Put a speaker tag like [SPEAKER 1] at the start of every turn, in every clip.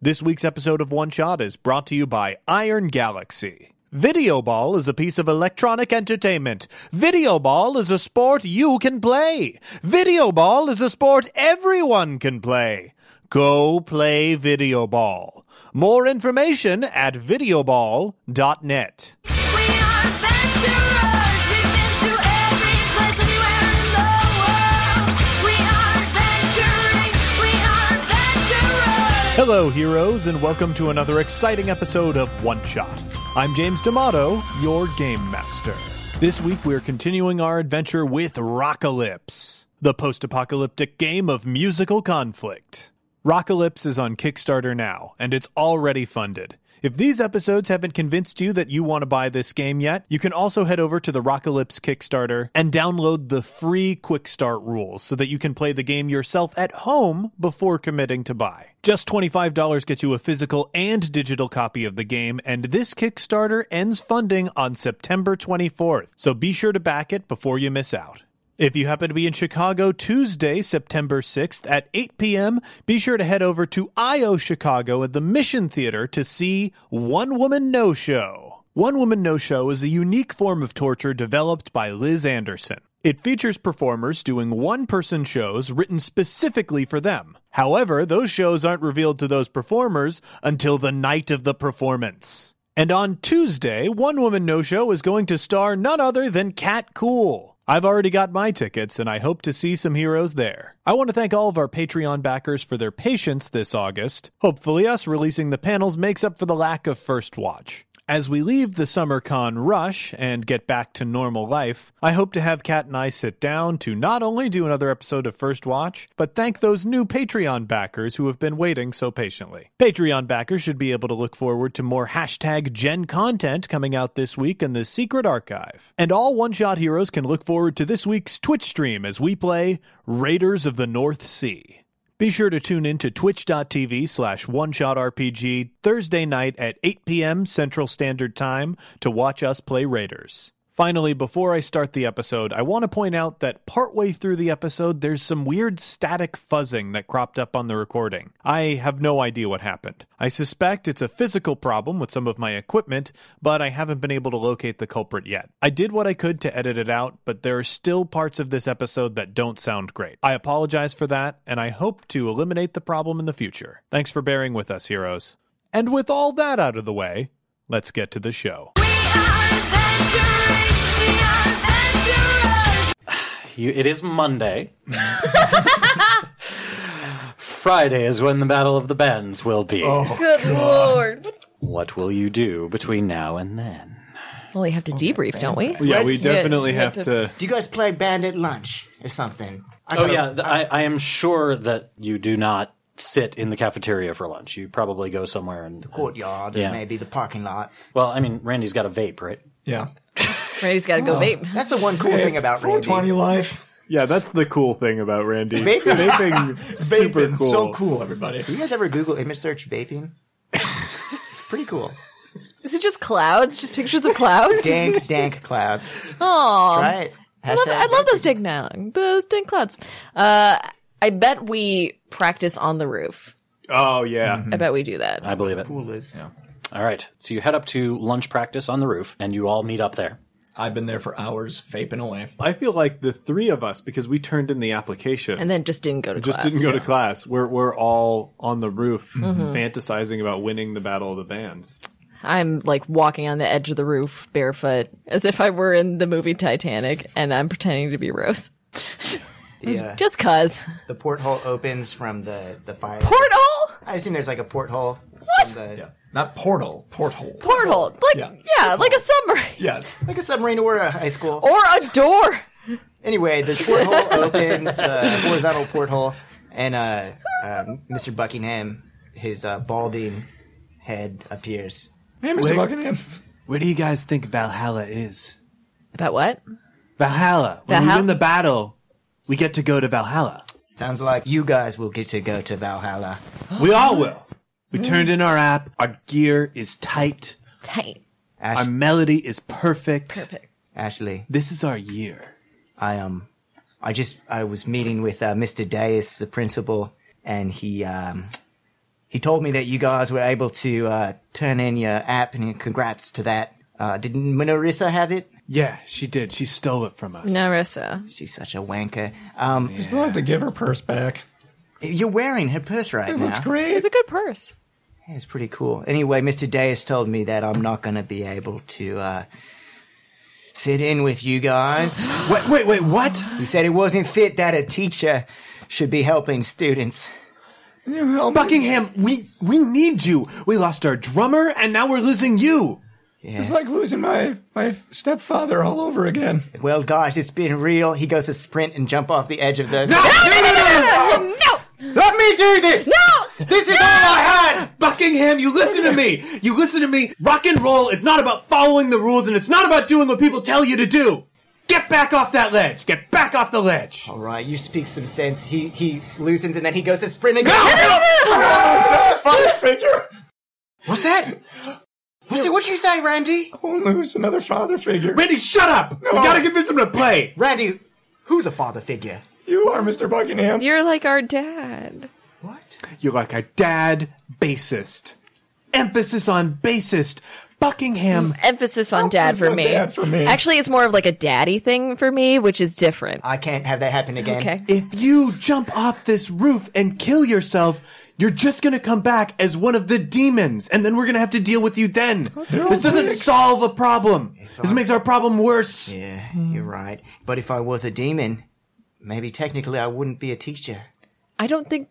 [SPEAKER 1] This week's episode of One Shot is brought to you by Iron Galaxy. Video ball is a piece of electronic entertainment. Video ball is a sport you can play. Video ball is a sport everyone can play. Go play video ball. More information at videoball.net.
[SPEAKER 2] We are adventurers. We've been to every place, anywhere in the world. We are adventuring. We are adventurers.
[SPEAKER 1] Hello, heroes, and welcome to another exciting episode of One Shot. I'm James D'Amato, your game master. This week, we're continuing our adventure with Rockalypse, the post apocalyptic game of musical conflict. Rockalypse is on Kickstarter now, and it's already funded. If these episodes haven't convinced you that you want to buy this game yet, you can also head over to the Rockalypse Kickstarter and download the free quick start rules so that you can play the game yourself at home before committing to buy. Just $25 gets you a physical and digital copy of the game, and this Kickstarter ends funding on September 24th, so be sure to back it before you miss out. If you happen to be in Chicago Tuesday, September 6th at 8 p.m., be sure to head over to IO Chicago at the Mission Theater to see One Woman No Show. One Woman No Show is a unique form of torture developed by Liz Anderson. It features performers doing one person shows written specifically for them. However, those shows aren't revealed to those performers until the night of the performance. And on Tuesday, One Woman No Show is going to star none other than Cat Cool. I've already got my tickets and I hope to see some heroes there. I want to thank all of our Patreon backers for their patience this August. Hopefully, us releasing the panels makes up for the lack of First Watch. As we leave the summer con rush and get back to normal life, I hope to have Kat and I sit down to not only do another episode of First Watch, but thank those new Patreon backers who have been waiting so patiently. Patreon backers should be able to look forward to more hashtag Gen content coming out this week in the Secret Archive. And all One Shot Heroes can look forward to this week's Twitch stream as we play Raiders of the North Sea. Be sure to tune in to twitch.tv slash one shot RPG Thursday night at 8 p.m. Central Standard Time to watch us play Raiders. Finally, before I start the episode, I want to point out that partway through the episode, there's some weird static fuzzing that cropped up on the recording. I have no idea what happened. I suspect it's a physical problem with some of my equipment, but I haven't been able to locate the culprit yet. I did what I could to edit it out, but there are still parts of this episode that don't sound great. I apologize for that, and I hope to eliminate the problem in the future. Thanks for bearing with us, heroes. And with all that out of the way, let's get to the show.
[SPEAKER 2] We are adventuring. We are adventurers.
[SPEAKER 3] You, it is Monday. Friday is when the Battle of the Bands will be.
[SPEAKER 4] Good lord.
[SPEAKER 3] What will you do between now and then?
[SPEAKER 4] Well, we have to debrief, don't we?
[SPEAKER 5] Yeah, we
[SPEAKER 6] Let's-
[SPEAKER 5] definitely
[SPEAKER 4] Yeah,
[SPEAKER 5] have
[SPEAKER 4] you have
[SPEAKER 5] to.
[SPEAKER 6] Do you guys play band at lunch or something? I
[SPEAKER 3] Oh,
[SPEAKER 6] gotta-
[SPEAKER 3] yeah. th- I, I am sure that you do not sit in the cafeteria for lunch. You probably go somewhere and.
[SPEAKER 6] courtyard or
[SPEAKER 3] Yeah.
[SPEAKER 6] maybe the parking lot.
[SPEAKER 3] Well, I mean, Randy's got a vape, right?
[SPEAKER 5] Yeah.
[SPEAKER 4] Randy's got to go vape.
[SPEAKER 6] That's the one cool thing about Randy.
[SPEAKER 5] life. Yeah, that's the cool thing about Randy.
[SPEAKER 6] Vaping.
[SPEAKER 5] Vaping, super
[SPEAKER 6] Vaping's
[SPEAKER 5] cool.
[SPEAKER 6] so cool,
[SPEAKER 5] everybody.
[SPEAKER 6] Do you guys ever Google image search vaping? it's pretty cool.
[SPEAKER 4] Is it just clouds? Just pictures of clouds?
[SPEAKER 6] Dank, dank clouds.
[SPEAKER 4] Aw.
[SPEAKER 6] Try it.
[SPEAKER 4] I love-
[SPEAKER 6] Hashtag
[SPEAKER 4] I love those dank now. Those dank clouds. Uh, I bet we practice on the roof.
[SPEAKER 5] Oh yeah.
[SPEAKER 4] I bet we do that.
[SPEAKER 3] I believe it.
[SPEAKER 6] coolers.
[SPEAKER 3] All right. So you head up to lunch practice on the roof, and you all meet up there.
[SPEAKER 7] I've been there for hours vaping away.
[SPEAKER 5] I feel like the three of us because we turned in the application.
[SPEAKER 4] and then just didn't go to
[SPEAKER 5] just
[SPEAKER 4] class.
[SPEAKER 5] didn't go to class. We're we're all on the roof fantasizing about winning the battle of the bands.
[SPEAKER 4] I'm like walking on the edge of the roof barefoot as if I were in the movie Titanic and I'm pretending to be Rose.
[SPEAKER 6] The, uh,
[SPEAKER 4] Just cuz.
[SPEAKER 6] the porthole opens from the, the fire.
[SPEAKER 4] Porthole?
[SPEAKER 6] I assume there's like a porthole.
[SPEAKER 4] What?
[SPEAKER 6] from The,
[SPEAKER 7] Not portal, porthole.
[SPEAKER 4] Porthole. Like, yeah,
[SPEAKER 7] Yeah.
[SPEAKER 4] like a submarine.
[SPEAKER 7] yes.
[SPEAKER 6] Like a submarine or a high school.
[SPEAKER 4] Or a door.
[SPEAKER 6] Anyway, the porthole opens, the horizontal porthole, and uh, um, Mr. Buckingham, his uh, balding head appears.
[SPEAKER 7] Hey, Mr. Buckingham.
[SPEAKER 5] Where do you guys think Valhalla is?
[SPEAKER 4] About what?
[SPEAKER 5] Valhalla.
[SPEAKER 4] When we Valhalla? win the
[SPEAKER 5] battle, we get to go to Valhalla.
[SPEAKER 6] Sounds like you guys will get to go to Valhalla.
[SPEAKER 5] We all will. We turned in our app. Our gear is tight.
[SPEAKER 4] Tight.
[SPEAKER 6] Ash-
[SPEAKER 5] melody is perfect.
[SPEAKER 4] Perfect.
[SPEAKER 6] Ashley,
[SPEAKER 5] This is our year.
[SPEAKER 6] I um, I just I was meeting with uh, Mr. Dais, the principal, and he um, He told me that you guys were able to uh, turn in your app, and congrats to that. Uh, didn't Minorissa have it?
[SPEAKER 8] Yeah, she did. She stole it from us.
[SPEAKER 4] Narissa.
[SPEAKER 6] She's such a wanker. Um,
[SPEAKER 7] You still have to give her purse back.
[SPEAKER 6] You're wearing her purse right
[SPEAKER 7] It
[SPEAKER 6] now.
[SPEAKER 7] looks great.
[SPEAKER 4] It's a good purse.
[SPEAKER 6] Yeah, it's pretty cool. Anyway, Mr. Dayes told me that I'm not going to be able to uh, sit in with you guys. wait, wait, wait, what? He said it wasn't fit that a teacher should be helping students.
[SPEAKER 1] Buckingham, we we need you. We lost our drummer, and now we're losing you.
[SPEAKER 7] It's like losing my my stepfather all over again.
[SPEAKER 6] Well, guys, it's been real. He goes to sprint and jump off the edge of the.
[SPEAKER 1] No, no, no, no,
[SPEAKER 4] No!
[SPEAKER 6] Let me do this!
[SPEAKER 4] No!
[SPEAKER 6] This is all I had!
[SPEAKER 1] Buckingham, you listen to me. You listen to me. Rock and roll is not about following the rules, and it's not about doing what people tell you to do. Get back off that ledge. Get back off the ledge.
[SPEAKER 6] All right, you speak some sense. He he loosens and then he goes to sprint again.
[SPEAKER 7] Father figure.
[SPEAKER 6] What's that? What's it, what'd you say, Randy?
[SPEAKER 7] Won't lose another father figure.
[SPEAKER 1] Randy, shut up. We gotta convince him to play.
[SPEAKER 6] Randy, who's a father figure?
[SPEAKER 7] You are Mr. Buckingham.
[SPEAKER 4] You're like our dad.
[SPEAKER 6] What?
[SPEAKER 1] You're like a dad bassist. Emphasis on bassist. Buckingham.
[SPEAKER 4] Emphasis on dad for
[SPEAKER 7] on
[SPEAKER 4] me.
[SPEAKER 7] dad for me.
[SPEAKER 4] Actually, it's more of like a daddy thing for me, which is different.
[SPEAKER 6] I can't have that happen again.
[SPEAKER 4] Okay.
[SPEAKER 1] If you jump off this roof and kill yourself, you're just gonna come back as one of the demons, and then we're gonna have to deal with you then. This doesn't
[SPEAKER 7] dicks.
[SPEAKER 1] solve a problem. This makes our problem worse.
[SPEAKER 6] Yeah, you're right. But if I was a demon, maybe technically I wouldn't be a teacher.
[SPEAKER 4] I don't think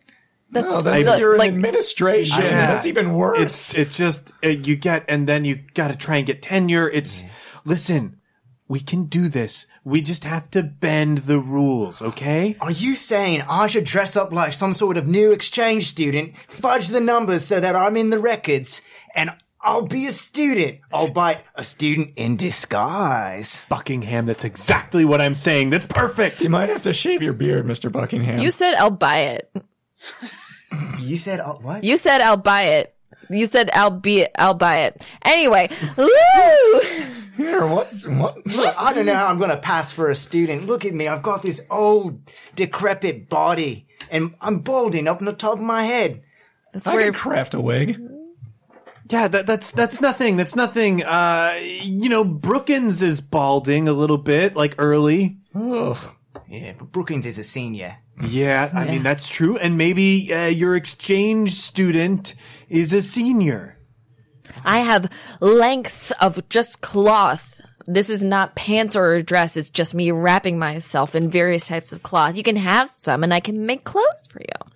[SPEAKER 4] that's
[SPEAKER 7] Oh, then
[SPEAKER 4] the-
[SPEAKER 7] you're in
[SPEAKER 4] like
[SPEAKER 7] administration.
[SPEAKER 1] Yeah.
[SPEAKER 7] That's even worse.
[SPEAKER 1] It's it's just uh, you get, and then you gotta try and get tenure. It's listen, we can do this. We just have to bend the rules, okay?
[SPEAKER 6] Are you saying I should dress up like some sort of new exchange student, fudge the numbers so that I'm in the records, and I'll be a student? Albeit a student in disguise.
[SPEAKER 1] Buckingham, that's exactly what I'm saying. That's perfect.
[SPEAKER 7] you might have to shave your beard, Mr. Buckingham.
[SPEAKER 4] you said I'll buy it.
[SPEAKER 6] You said uh, what?
[SPEAKER 4] You said I'll buy it. You said I'll be it. I'll buy it. Anyway, woo!
[SPEAKER 7] Here, what's what?
[SPEAKER 6] I don't know how I'm going to pass for a student. Look at me. I've got this old, decrepit body, and I'm balding up on the top of my head.
[SPEAKER 4] That's
[SPEAKER 7] I
[SPEAKER 4] where
[SPEAKER 7] can craft a wig.
[SPEAKER 1] Yeah, that, that's that's nothing. That's nothing. Uh, you know, Brookins is balding a little bit, like early.
[SPEAKER 7] Ugh.
[SPEAKER 6] Yeah, but Brookings is a senior.
[SPEAKER 1] Yeah, I mean that's true. And maybe uh, your exchange student is a senior.
[SPEAKER 4] I have lengths of just cloth. This is not pants or a dress. It's just me wrapping myself in various types of cloth. You can have some and I can make clothes for you.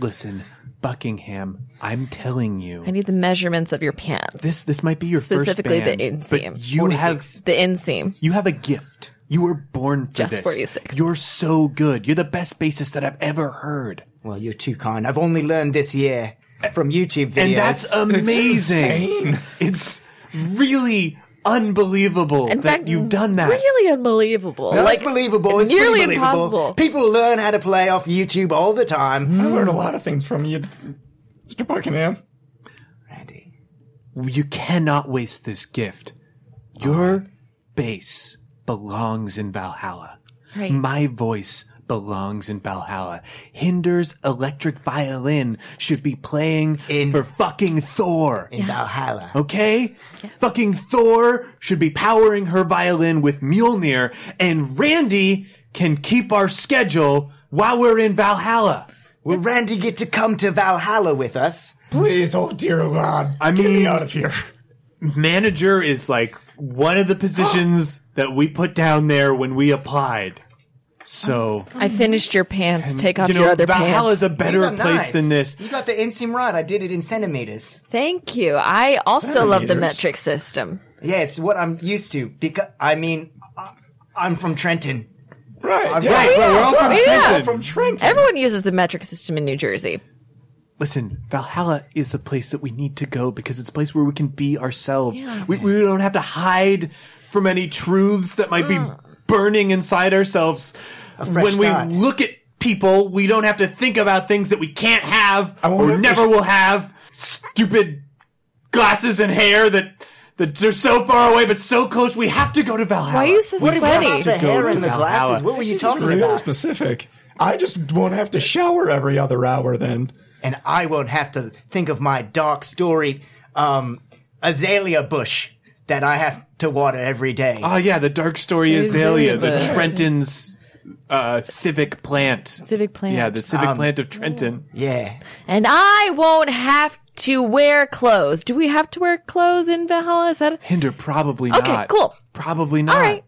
[SPEAKER 1] Listen, Buckingham, I'm telling
[SPEAKER 4] I
[SPEAKER 1] you,
[SPEAKER 4] need the measurements of your pants.
[SPEAKER 1] this this might be your
[SPEAKER 4] Specifically
[SPEAKER 1] first
[SPEAKER 4] the
[SPEAKER 1] band,
[SPEAKER 4] inseam.
[SPEAKER 1] but you have
[SPEAKER 4] the inseam.
[SPEAKER 1] you have a gift. You were born for
[SPEAKER 4] Just
[SPEAKER 1] this.
[SPEAKER 4] 46.
[SPEAKER 1] You're so good. You're the best bassist that I've ever heard,
[SPEAKER 6] Well, you're too kind. I've only learned this year from YouTube videos.
[SPEAKER 1] and that's amazing.
[SPEAKER 7] insane.
[SPEAKER 1] It's, really unbelievable
[SPEAKER 4] In
[SPEAKER 1] that
[SPEAKER 4] fact,
[SPEAKER 1] you've done that.
[SPEAKER 4] Really unbelievable.
[SPEAKER 6] Well,
[SPEAKER 4] like
[SPEAKER 6] it's believable. It's
[SPEAKER 4] nearly
[SPEAKER 6] pretty believable.
[SPEAKER 4] impossible.
[SPEAKER 6] People learn how to play off YouTube all the time.
[SPEAKER 7] I
[SPEAKER 1] Mm-hmm.
[SPEAKER 7] learned a lot of things from you, Mr. Buckingham.
[SPEAKER 6] Randy,
[SPEAKER 1] you cannot waste this gift. Your bass belongs in Valhalla.
[SPEAKER 4] Right.
[SPEAKER 1] My voice belongs in Valhalla. Hinder's electric violin should be playing
[SPEAKER 6] In-
[SPEAKER 1] for fucking Thor.
[SPEAKER 6] in Valhalla.
[SPEAKER 1] Okay? Fucking Thor should be powering her violin with Mjolnir, and Randy can keep our schedule while we're in Valhalla.
[SPEAKER 6] Will Randy get to come to Valhalla with us?
[SPEAKER 7] Please, oh dear God,
[SPEAKER 1] I
[SPEAKER 7] get
[SPEAKER 1] mean-
[SPEAKER 7] me out of here.
[SPEAKER 1] manager is like one of the positions that we put down there when we applied. So
[SPEAKER 4] I finished your pants. Take off
[SPEAKER 1] you know,
[SPEAKER 4] your other
[SPEAKER 1] Valhalla is
[SPEAKER 4] pants.
[SPEAKER 1] a better
[SPEAKER 6] These are
[SPEAKER 1] place
[SPEAKER 6] nice.
[SPEAKER 1] than this.
[SPEAKER 6] You got the inseam right. I did it in centimeters.
[SPEAKER 4] Thank you. I also love the
[SPEAKER 7] Centimeters.
[SPEAKER 4] metric system.
[SPEAKER 6] Yeah, it's what I'm used to. Because I mean, I, I'm from Trenton.
[SPEAKER 7] Right, yeah,
[SPEAKER 1] Right, but we're all from
[SPEAKER 4] Yeah.
[SPEAKER 1] Trenton.
[SPEAKER 7] from Trenton.
[SPEAKER 4] Everyone uses the metric system in New Jersey.
[SPEAKER 1] Listen, Valhalla is the place that we need to go because it's a place where we can be ourselves. We, we don't have to hide from any truths that might
[SPEAKER 4] Mm.
[SPEAKER 1] be burning inside ourselves.
[SPEAKER 6] fresh
[SPEAKER 1] When we
[SPEAKER 6] start.
[SPEAKER 1] look at people, we don't have to think about things that we can't have
[SPEAKER 7] won't
[SPEAKER 1] or
[SPEAKER 7] have to
[SPEAKER 1] never
[SPEAKER 7] sh-
[SPEAKER 1] will have. Stupid glasses and hair that that are so far away but so close. We have to go to Valhalla.
[SPEAKER 4] Why are you so
[SPEAKER 6] What about
[SPEAKER 4] sweaty?
[SPEAKER 6] the hair and the
[SPEAKER 1] Valhalla.
[SPEAKER 6] glasses? What were you
[SPEAKER 7] It's
[SPEAKER 6] talking
[SPEAKER 7] real
[SPEAKER 6] about?
[SPEAKER 7] specific. I just won't have to shower every other hour then.
[SPEAKER 6] and I won't have to think of my dark storied um, azalea bush that I have to water every day.
[SPEAKER 1] Ah.
[SPEAKER 5] Oh yeah, the dark story
[SPEAKER 4] Azalea,
[SPEAKER 5] azalea,
[SPEAKER 4] but-
[SPEAKER 5] the Trenton's uh, civic plant.
[SPEAKER 4] Civic plant.
[SPEAKER 5] Yeah, the civic plant of Trenton.
[SPEAKER 6] yeah.
[SPEAKER 4] And I won't have to wear clothes. Do we have to wear clothes in Valhalla? Is that
[SPEAKER 5] Hinder probably
[SPEAKER 4] Okay,
[SPEAKER 5] not.
[SPEAKER 4] cool.
[SPEAKER 5] Probably not.
[SPEAKER 4] all right?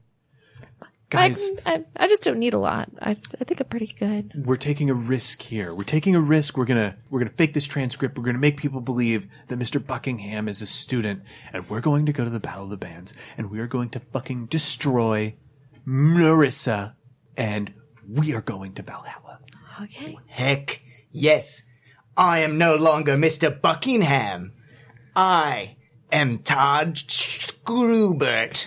[SPEAKER 4] I,
[SPEAKER 5] Guys,
[SPEAKER 4] I, I just don't need a lot. I, I think I'm pretty good.
[SPEAKER 5] we're taking a risk here. We're taking a risk. We're gonna we're gonna fake this transcript. We're gonna make people believe that Mr. Buckingham is a student, and we're going to go to the Battle of the Bands, and we are going to fucking destroy Marissa, and we are going to Valhalla.
[SPEAKER 4] Okay.
[SPEAKER 6] Heck yes. I am no longer Mr. Buckingham. I am Todd Screwbert.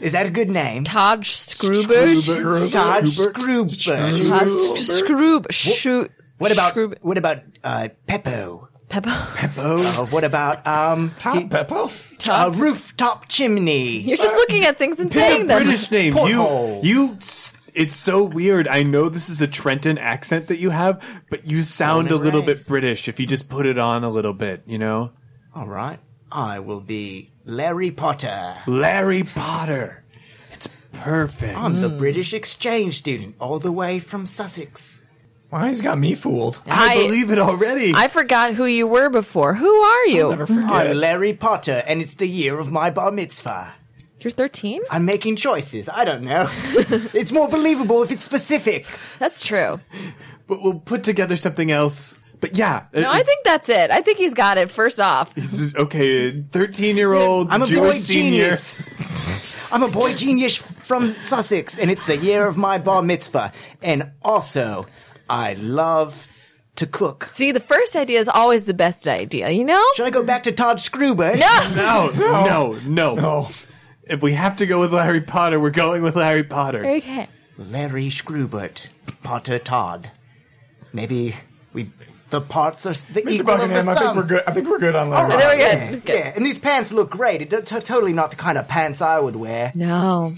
[SPEAKER 6] Is that a good name?
[SPEAKER 4] Todd Scrooge.
[SPEAKER 6] Todd Screwbert.
[SPEAKER 4] Todd Scrooge. Shoot.
[SPEAKER 6] What about
[SPEAKER 4] Scroob-
[SPEAKER 6] what about uh, Peppo?
[SPEAKER 4] Peppo?
[SPEAKER 6] Oh, what about um
[SPEAKER 7] Top Beppo?
[SPEAKER 6] a rooftop chimney?
[SPEAKER 4] You're just looking at things and
[SPEAKER 5] Pick a
[SPEAKER 4] saying them.
[SPEAKER 5] British name.
[SPEAKER 6] Porthole.
[SPEAKER 5] You, you. s- It's so weird. I know this is a Trenton accent that you have, but you sound a
[SPEAKER 6] Ronan
[SPEAKER 5] little
[SPEAKER 6] Rice.
[SPEAKER 5] bit British if you just put it on a little bit. You know,
[SPEAKER 6] All right, I will be Larry Potter.
[SPEAKER 5] Larry Potter. It's perfect.
[SPEAKER 6] I'm
[SPEAKER 7] Hmm.
[SPEAKER 6] the British exchange student, all the way from Sussex.
[SPEAKER 7] Why he's got me fooled?
[SPEAKER 5] I,
[SPEAKER 4] I-
[SPEAKER 5] believe it already.
[SPEAKER 4] I forgot who you were before. Who are
[SPEAKER 7] Never
[SPEAKER 4] you?
[SPEAKER 6] I'm
[SPEAKER 7] forget.
[SPEAKER 6] Larry Potter, and it's the year of my bar mitzvah.
[SPEAKER 4] You're 13?
[SPEAKER 6] I'm making choices. I don't know. it's more believable if it's specific.
[SPEAKER 4] That's true.
[SPEAKER 5] but we'll put together something else. But yeah,
[SPEAKER 4] No, I think that's it. I think he's got it first off.
[SPEAKER 5] it's, okay. Thirteen-year-old
[SPEAKER 6] I'm a
[SPEAKER 5] Jewish
[SPEAKER 6] boy
[SPEAKER 5] senior.
[SPEAKER 6] genius. I'm a boy genius from Sussex, and it's the year of my bar mitzvah. And also, I love to cook.
[SPEAKER 4] See, the first idea is always the best idea, you know?
[SPEAKER 6] Should I go back to Todd Scroober?
[SPEAKER 4] No!
[SPEAKER 5] No, no, no,
[SPEAKER 7] No.
[SPEAKER 5] If we have to go with Larry Potter, we're going with Larry Potter.
[SPEAKER 4] Okay.
[SPEAKER 6] Larry Screwbert, Potter Todd. Maybe we the parts are the
[SPEAKER 7] Mr.
[SPEAKER 6] equal of
[SPEAKER 7] Buckingham,
[SPEAKER 6] the
[SPEAKER 7] I
[SPEAKER 6] sum.
[SPEAKER 7] think we're good. I think we're good on Larry.
[SPEAKER 4] There we go.
[SPEAKER 6] Yeah,
[SPEAKER 4] Good.
[SPEAKER 6] yeah, and these pants look great. It's t- totally not the kind of pants I would wear.
[SPEAKER 4] No.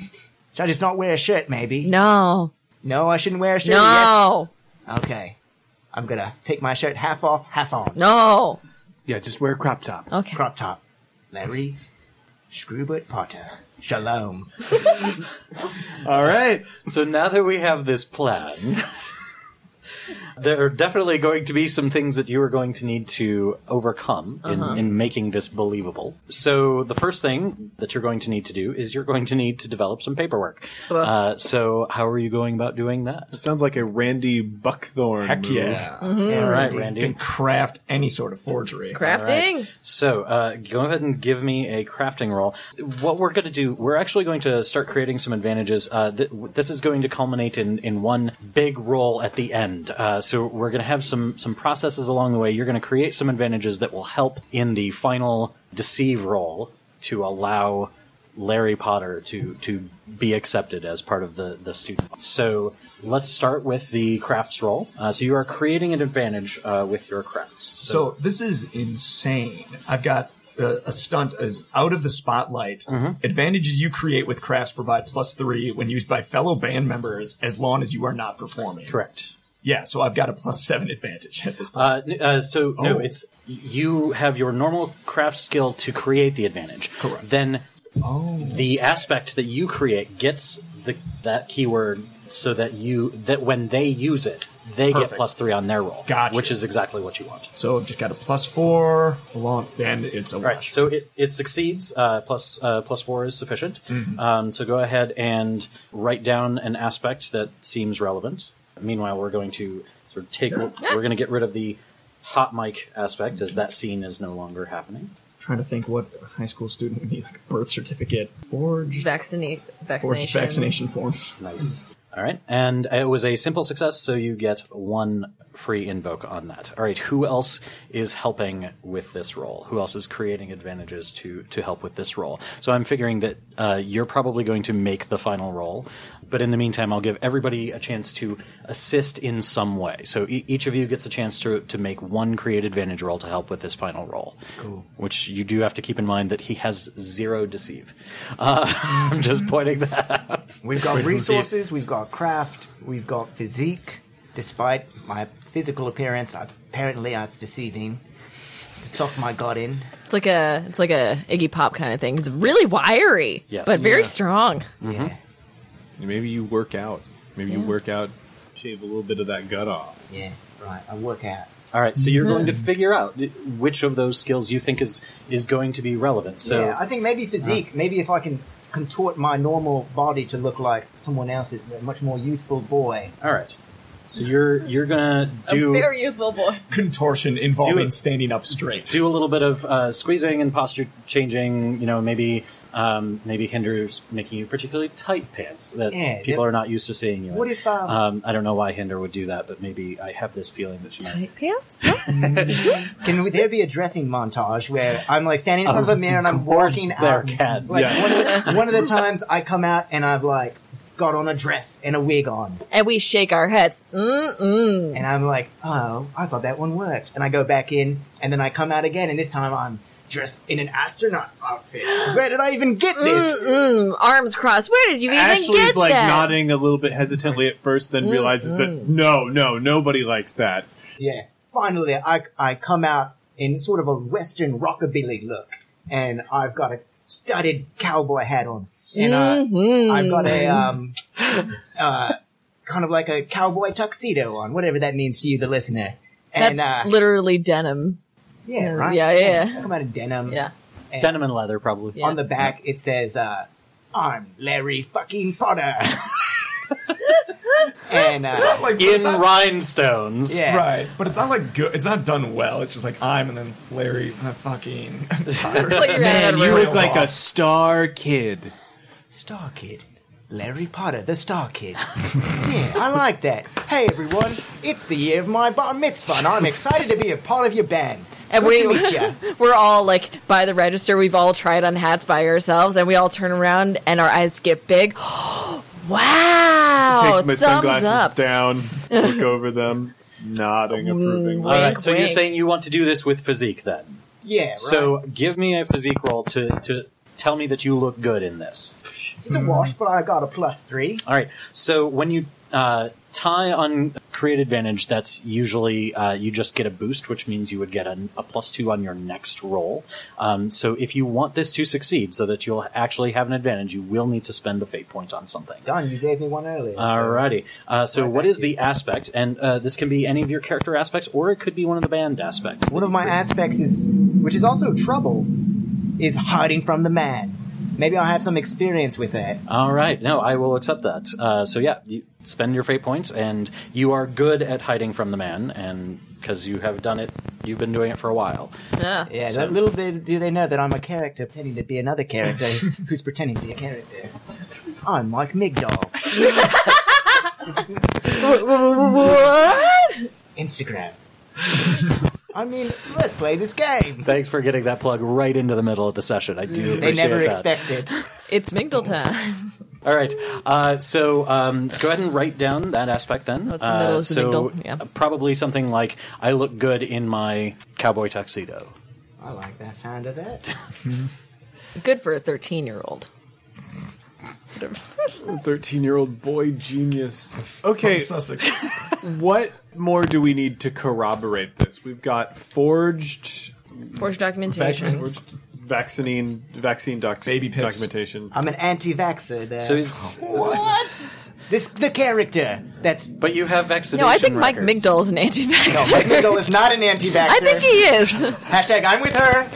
[SPEAKER 6] Should I just not wear a shirt, maybe?
[SPEAKER 4] No.
[SPEAKER 6] No, I shouldn't wear a shirt.
[SPEAKER 4] No.
[SPEAKER 6] Yes. Okay. I'm gonna take my shirt half off, half on.
[SPEAKER 4] No.
[SPEAKER 5] Yeah, just wear a crop top.
[SPEAKER 4] Okay.
[SPEAKER 6] Crop top. Larry Screwbert Potter. Shalom.
[SPEAKER 5] All right.
[SPEAKER 3] So now that we have this plan, there are definitely going to be some things that you are going to need to overcome in, in making this believable. So the first thing that you're going to need to do is you're going to need to develop some paperwork. Uh, so how are you going about doing that?
[SPEAKER 5] Sounds like a Randy Buckthorn.
[SPEAKER 7] Heck
[SPEAKER 5] move.
[SPEAKER 7] yeah.
[SPEAKER 1] Mm-hmm.
[SPEAKER 3] All right,
[SPEAKER 7] Can
[SPEAKER 3] Randy.
[SPEAKER 7] craft any sort of forgery.
[SPEAKER 4] Crafting.
[SPEAKER 3] So uh, go ahead and give me a crafting roll. What we're going to do, we're actually going to start creating some advantages. Uh, th- this is going to culminate in, in one big roll at the end. Uh, so we're going to have some some processes along the way. You're going to create some advantages that will help in the final deceive roll to allow Larry Potter to to be accepted as part of the the student. So let's start with the crafts roll. Uh, so you are creating an advantage uh, with your crafts.
[SPEAKER 7] So this is insane. I've got a, a stunt as out of the spotlight.
[SPEAKER 3] Mm-hmm.
[SPEAKER 7] Advantages you create with crafts provide plus three when used by fellow band members as long as you are not performing.
[SPEAKER 3] correct.
[SPEAKER 7] Yeah, so I've got a plus seven advantage at this point.
[SPEAKER 3] Uh, n- uh, so no,
[SPEAKER 7] Oh.
[SPEAKER 3] it's you have your normal craft skill to create the advantage.
[SPEAKER 7] Correct. Oh.
[SPEAKER 3] Then the aspect that you create gets the that keyword so that you that when they use it, they
[SPEAKER 7] Perfect.
[SPEAKER 3] get plus three on their roll.
[SPEAKER 7] Gotcha.
[SPEAKER 3] Which is exactly what you want.
[SPEAKER 7] so I've just got a plus four along, and it's a
[SPEAKER 3] All right,
[SPEAKER 7] wash.
[SPEAKER 3] so it, it succeeds. Uh, plus uh, plus four is sufficient. Um, so go ahead and write down an aspect that seems relevant. Meanwhile, we're going to sort of take we're going to get rid of the hot mic aspect as that scene is no longer happening.
[SPEAKER 7] trying to think what a high school student would need like a birth certificate, forged,
[SPEAKER 4] Vaccinate.
[SPEAKER 7] forged
[SPEAKER 4] Vaccination.
[SPEAKER 7] vaccination forms.
[SPEAKER 3] Nice. All right, and it was a simple success, so you get one free invoke on that. All right, who else is helping with this role? Who else is creating advantages to to help with this role? So I'm figuring that uh, you're probably going to make the final roll, but in the meantime, I'll give everybody a chance to assist in some way. So e- each of you gets a chance to to make one create advantage roll to help with this final roll. Cool. Which you do have to keep in mind that he has zero deceive. Uh, I'm just pointing that out.
[SPEAKER 6] We've got resources, we've got craft, we've got physique. Despite my physical appearance, I Apparently, I was deceiving. Suck my god in.
[SPEAKER 4] It's like a it's like a Iggy Pop kind of thing. It's really wiry,
[SPEAKER 3] Yes.
[SPEAKER 4] but very strong.
[SPEAKER 6] Yeah.
[SPEAKER 1] Mm-hmm. Maybe you work out. Maybe you work out, shave a little bit of that gut off.
[SPEAKER 6] Yeah. Right. I work out.
[SPEAKER 3] All right, so you're going to
[SPEAKER 6] Hmm.
[SPEAKER 3] figure out which of those skills you think is is going to be relevant. So
[SPEAKER 6] yeah, I think maybe physique. maybe if I can contort my normal body to look like someone else's, a much more youthful boy.
[SPEAKER 3] all right, so you're you're gonna do
[SPEAKER 4] youthful boy.
[SPEAKER 7] Contortion involving
[SPEAKER 3] Do it.
[SPEAKER 7] standing up straight.
[SPEAKER 3] do a little bit of uh, squeezing and posture changing. You know, maybe um, maybe hinders making you particularly tight pants that
[SPEAKER 6] Yeah,
[SPEAKER 3] people
[SPEAKER 6] that-
[SPEAKER 3] are not used to seeing you. in.
[SPEAKER 6] What if, um,
[SPEAKER 3] I don't know why hinder would do that, but maybe I have this feeling that she might.
[SPEAKER 4] Tight pants.
[SPEAKER 6] Can there be a dressing montage where I'm like standing in front of a mirror and I'm
[SPEAKER 3] course
[SPEAKER 6] walking
[SPEAKER 3] there
[SPEAKER 6] out?
[SPEAKER 3] can.
[SPEAKER 6] Like
[SPEAKER 1] Yeah.
[SPEAKER 6] one, of the, one of the times I come out and I've like got on a dress and a wig on,
[SPEAKER 4] and we shake our heads. Mm,
[SPEAKER 6] and I'm like, oh, I thought that one worked, and I go back in, and then I come out again, and this time I'm dressed in an astronaut outfit. Where did I even get this?
[SPEAKER 4] Mm, arms crossed. Where did you even
[SPEAKER 1] Ashley's
[SPEAKER 4] get
[SPEAKER 1] like
[SPEAKER 4] that? Mm,
[SPEAKER 1] nodding a little bit hesitantly at first, then realizes that no, no, nobody likes that.
[SPEAKER 6] Yeah. Finally, I, I come out in sort of a Western rockabilly look, and I've got a studded cowboy hat on, and uh,
[SPEAKER 4] Mm-hmm.
[SPEAKER 6] I've got a um, uh, kind of like a cowboy tuxedo on, whatever that means to you, the listener.
[SPEAKER 4] That's
[SPEAKER 6] And uh,
[SPEAKER 4] literally denim.
[SPEAKER 6] yeah,
[SPEAKER 4] uh,
[SPEAKER 6] right?
[SPEAKER 4] yeah, yeah.
[SPEAKER 6] I come out in denim.
[SPEAKER 4] Yeah.
[SPEAKER 3] Denim and leather, probably.
[SPEAKER 4] Yeah.
[SPEAKER 6] On the back, it says, uh, "I'm Larry fucking Potter," and uh,
[SPEAKER 7] Like, but
[SPEAKER 3] In
[SPEAKER 7] it's not-
[SPEAKER 3] rhinestones.
[SPEAKER 6] yeah,
[SPEAKER 7] Right, but it's not like good. It's not done well. It's just like I'm and then Larry uh, fucking.
[SPEAKER 5] And you
[SPEAKER 7] Trails
[SPEAKER 5] look like
[SPEAKER 7] off.
[SPEAKER 5] a star kid.
[SPEAKER 6] Star Kid. Larry Potter, the Star Kid. yeah, I like that. Hey everyone, it's the year of my bar mitzvah, and I'm excited to be a part of your band.
[SPEAKER 4] And
[SPEAKER 6] Good
[SPEAKER 4] we,
[SPEAKER 6] to meet ya.
[SPEAKER 4] we're all like by the register. We've all tried on hats by ourselves, and we all turn around and our eyes get big. wow!
[SPEAKER 1] Take my
[SPEAKER 4] Oh, Thumbs
[SPEAKER 1] sunglasses
[SPEAKER 4] up.
[SPEAKER 1] down, look over them, nodding approvingly.
[SPEAKER 3] All right,
[SPEAKER 4] Wink,
[SPEAKER 3] so you're
[SPEAKER 4] wink.
[SPEAKER 3] saying you want to do this with physique then?
[SPEAKER 6] Yeah, right.
[SPEAKER 3] So give me a physique roll to, to tell me that you look good in this.
[SPEAKER 6] it's a wash, but I got a plus three.
[SPEAKER 3] All right. So when you uh, tie on create advantage, that's usually uh, you just get a boost, which means you would get a, a plus two on your next roll. Um, so if you want this to succeed, so that you'll actually have an advantage, you will need to spend a fate point on something.
[SPEAKER 6] Don, you gave me one earlier.
[SPEAKER 3] Alrighty. Uh, so, what
[SPEAKER 6] back
[SPEAKER 3] is the aspect? And uh, this can be any of your character aspects, or it could be one of the band aspects.
[SPEAKER 6] One of my aspects is, which is also trouble, is hiding from the man. Maybe I'll have some experience with that.
[SPEAKER 3] All right. No, I will accept that. Uh, so yeah, you spend your fate points, and you are good at hiding from the man, and because you have done it, you've been doing it for a while.
[SPEAKER 6] Yeah, that little bit do they know that I'm a character pretending to be another character who's pretending to be a character. I'm Mike Migdal.
[SPEAKER 4] What?
[SPEAKER 6] Instagram. I mean, let's play this game.
[SPEAKER 3] Thanks for getting that plug right into the middle of the session. I do.
[SPEAKER 6] They
[SPEAKER 3] appreciate
[SPEAKER 6] never
[SPEAKER 3] that.
[SPEAKER 6] expected.
[SPEAKER 4] It's Migdal time.
[SPEAKER 3] All right. Uh, so um, go ahead and write down that aspect then.
[SPEAKER 4] That's the middle
[SPEAKER 3] Uh,
[SPEAKER 4] is the
[SPEAKER 3] so
[SPEAKER 4] middle, yeah.
[SPEAKER 3] probably something like I look good in my cowboy tuxedo.
[SPEAKER 6] I like that sound of that.
[SPEAKER 4] Good for a thirteen-year-old.
[SPEAKER 1] Thirteen-year-old boy genius. Okay,
[SPEAKER 7] Sussex.
[SPEAKER 1] what more do we need to corroborate this? We've got forged,
[SPEAKER 4] Forged
[SPEAKER 1] vac-
[SPEAKER 4] documentation.
[SPEAKER 1] forged vaccine, vaccine docs,
[SPEAKER 7] Baby pics.
[SPEAKER 1] documentation.
[SPEAKER 6] I'm an anti-vaxxer. There.
[SPEAKER 3] So, he's,
[SPEAKER 4] What?
[SPEAKER 6] this the character. That's no.
[SPEAKER 3] but you have vaccination.
[SPEAKER 4] No, I think Mike
[SPEAKER 3] records.
[SPEAKER 4] Migdal is an anti-vaxxer.
[SPEAKER 6] Mike Migdal is not an anti-vaxxer.
[SPEAKER 4] I think he is.
[SPEAKER 6] Hashtag I'm with her.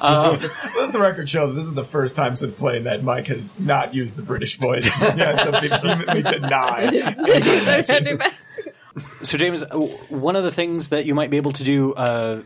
[SPEAKER 7] Um, Let the record show that this is the first time since playing that Mike has not used the British voice. yes, the vehemently deny.
[SPEAKER 3] So, James, w- one of the things that you might be able to do uh,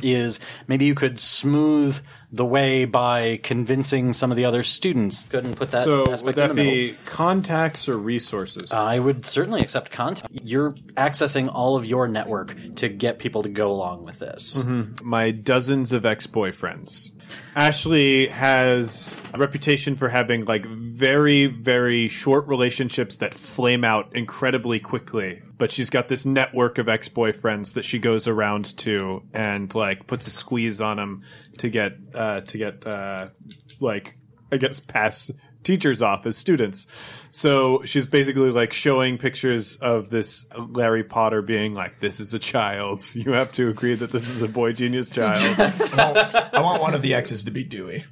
[SPEAKER 3] is maybe you could smooth the way by convincing some of the other students. Go ahead and put that
[SPEAKER 1] so
[SPEAKER 3] aspect
[SPEAKER 1] would
[SPEAKER 3] in
[SPEAKER 1] that
[SPEAKER 3] the middle.
[SPEAKER 1] be contacts or resources?
[SPEAKER 3] I would certainly accept contact. You're accessing all of your network to get people to go along with this.
[SPEAKER 1] Mm-hmm. my dozens of ex-boyfriends. Ashley has a reputation for having like very very short relationships that flame out incredibly quickly, but she's got this network of ex-boyfriends that she goes around to and like puts a squeeze on them to get uh to get uh like I guess pass teachers off as students. So she's basically like showing pictures of this Larry Potter being like, "This is a child. You have to agree that this is a boy genius child."
[SPEAKER 7] I want, I want one of the X's to be Dewey.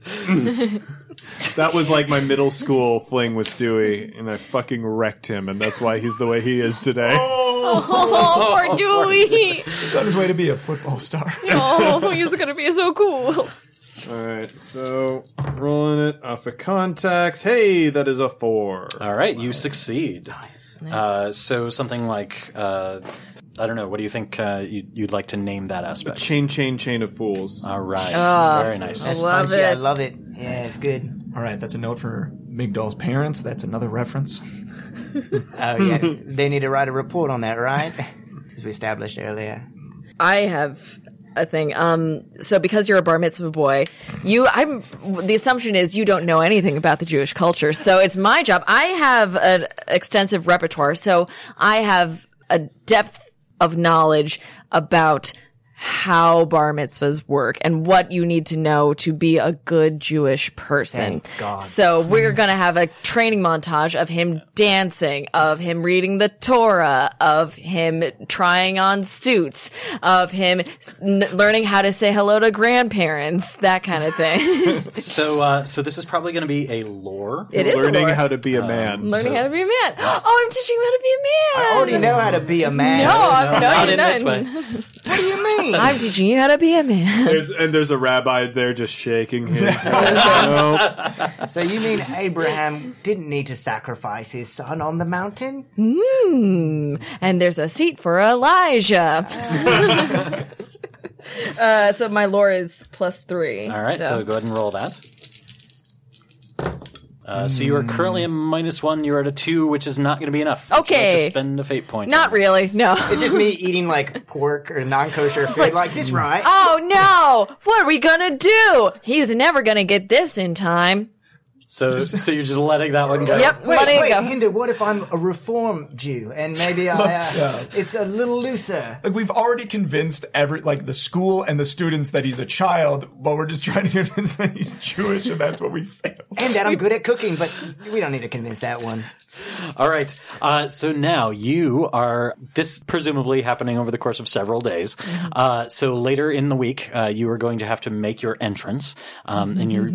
[SPEAKER 1] that was like my middle school fling with Dewey, and I fucking wrecked him, and that's why he's the way he is today.
[SPEAKER 4] Oh, poor Dewey.
[SPEAKER 7] That is way to be a football star.
[SPEAKER 4] oh, he's gonna be so cool.
[SPEAKER 1] All right, so rolling it off of contacts. Hey, that is a four.
[SPEAKER 3] All right, you succeed. Uh, so something like uh, I don't know. What do you think uh, you'd, you'd like to name that aspect?
[SPEAKER 1] Chain, chain, chain of fools.
[SPEAKER 3] All right, very nice.
[SPEAKER 4] Ah, Love
[SPEAKER 6] Punchy, I
[SPEAKER 4] it.
[SPEAKER 6] love it. Yeah, it's good.
[SPEAKER 7] All right, that's a note for Migdol's parents. That's another reference.
[SPEAKER 6] Oh yeah, they need to write a report on that, right? As we established earlier.
[SPEAKER 4] I have a thing. Um, so because you're a bar mitzvah boy, you, I'm. The assumption is you don't know anything about the Jewish culture. So it's my job. I have an extensive repertoire, so I have a depth of knowledge about how bar mitzvahs work and what you need to know to be a good Jewish person.
[SPEAKER 6] Thank God.
[SPEAKER 4] So we're going to have a training montage of him dancing, of him reading the Torah, of him trying on suits, of him n- learning how to say hello to grandparents, that kind of thing.
[SPEAKER 3] So uh, so this is probably going to be a lore.
[SPEAKER 4] it is a
[SPEAKER 1] Learning
[SPEAKER 4] lore.
[SPEAKER 1] how to be a man.
[SPEAKER 4] learning how to be a man. Oh, I'm teaching you how to be a man.
[SPEAKER 6] I already know how to be a man.
[SPEAKER 4] No, I'm
[SPEAKER 3] Not
[SPEAKER 4] not.
[SPEAKER 3] in this
[SPEAKER 4] not.
[SPEAKER 3] way.
[SPEAKER 6] What do you mean?
[SPEAKER 4] I'm teaching you how to be a man.
[SPEAKER 1] There's, and there's a rabbi there just shaking his head. Nope.
[SPEAKER 6] So you mean Abraham didn't need to sacrifice his son on the mountain?
[SPEAKER 4] Hmm. and there's a seat for Elijah. uh, so my lore is plus three.
[SPEAKER 3] All right, so, go ahead and roll that. Uh, so you are currently a minus one. You're at a two, which is not going to be enough. Would you like
[SPEAKER 4] Okay.
[SPEAKER 3] to spend a fate point.
[SPEAKER 4] not
[SPEAKER 3] on it?
[SPEAKER 4] really. No.
[SPEAKER 6] It's just me eating like pork or non-kosher food. Like,
[SPEAKER 4] like-
[SPEAKER 6] is this right?
[SPEAKER 4] Oh no! What are we gonna do? He's never gonna get this in time.
[SPEAKER 3] So so you're just letting that one go.
[SPEAKER 4] Yep,
[SPEAKER 6] wait,
[SPEAKER 4] let it
[SPEAKER 6] wait,
[SPEAKER 4] go.
[SPEAKER 6] Hinda, what if I'm a reform Jew and maybe I, uh, it's a little looser?
[SPEAKER 7] Like we've already convinced every like the school and the students that he's a child, but we're just trying to convince that he's Jewish, and that's what we failed.
[SPEAKER 6] And that I'm good at cooking, but we don't need to convince that one.
[SPEAKER 3] All right. Uh, so now you are this presumably happening over the course of several days. Uh, so later in the week, uh, you are going to have to make your entrance, um, and you're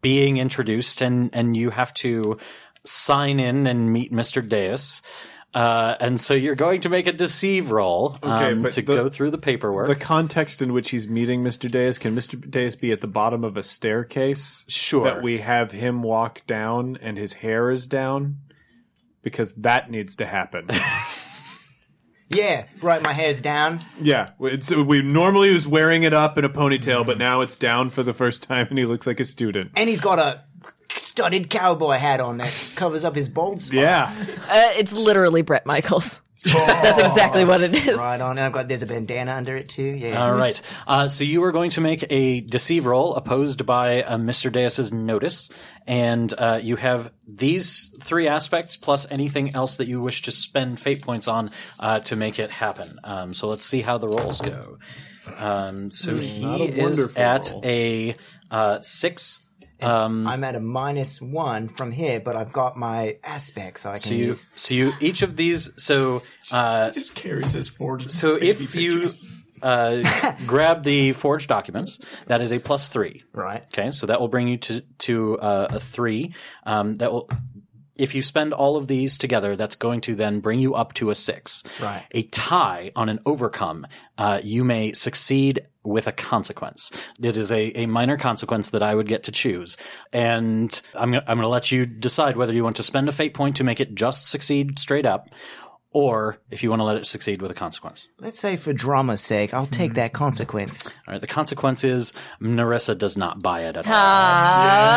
[SPEAKER 3] being introduced, and and you have to sign in and meet Mr. Deus. Uh, and so you're going to make a deceive roll um,
[SPEAKER 1] Okay, but
[SPEAKER 3] to
[SPEAKER 1] the-
[SPEAKER 3] go through the paperwork.
[SPEAKER 1] The context in which he's meeting Mr. Deus can Mr. Deus be at the bottom of a staircase?
[SPEAKER 3] Sure.
[SPEAKER 1] That we have him walk down and his hair is down? Because that needs to happen.
[SPEAKER 6] Yeah, right, my hair's down.
[SPEAKER 1] yeah. It's, we normally he was wearing it up in a ponytail, but now it's down for the first time and he looks like a student.
[SPEAKER 6] And he's got a studded cowboy hat on that covers up his bald spot.
[SPEAKER 1] Yeah.
[SPEAKER 4] Uh, it's literally Brett Michaels. That's exactly what it is.
[SPEAKER 6] Oh. Right on, and I've got, there's a bandana under it too, yeah.
[SPEAKER 3] All right. Uh, so you are going to make a deceive roll opposed by uh, Mr. Deus's notice, and uh, you have these three aspects plus anything else that you wish to spend fate points on uh, to make it happen. Um, so let's see how the rolls go. Um, so he is
[SPEAKER 1] wonderful
[SPEAKER 3] at
[SPEAKER 1] roll.
[SPEAKER 3] a uh, six.
[SPEAKER 6] I'm at a minus one from here, but I've got my aspects I can
[SPEAKER 3] So you,
[SPEAKER 6] use.
[SPEAKER 3] so you each of these. So uh,
[SPEAKER 7] Just carries his forged.
[SPEAKER 3] so
[SPEAKER 7] baby
[SPEAKER 3] if you
[SPEAKER 7] pictures.
[SPEAKER 3] uh, grab the forged documents, that is a plus three.
[SPEAKER 6] Right.
[SPEAKER 3] Okay, so that will bring you to to uh, a three. Um, that will, if you spend all of these together, that's going to then bring you up to a six.
[SPEAKER 6] Right.
[SPEAKER 3] A tie on an overcome, uh, you may succeed with a consequence. It is a, a minor consequence that I would get to choose, and I'm gonna, I'm going to let you decide whether you want to spend a fate point to make it just succeed straight up, or if you want to let it succeed with a consequence.
[SPEAKER 6] Let's say for drama's sake, I'll take that consequence.
[SPEAKER 3] All right. The consequence is Narissa does not buy it at all.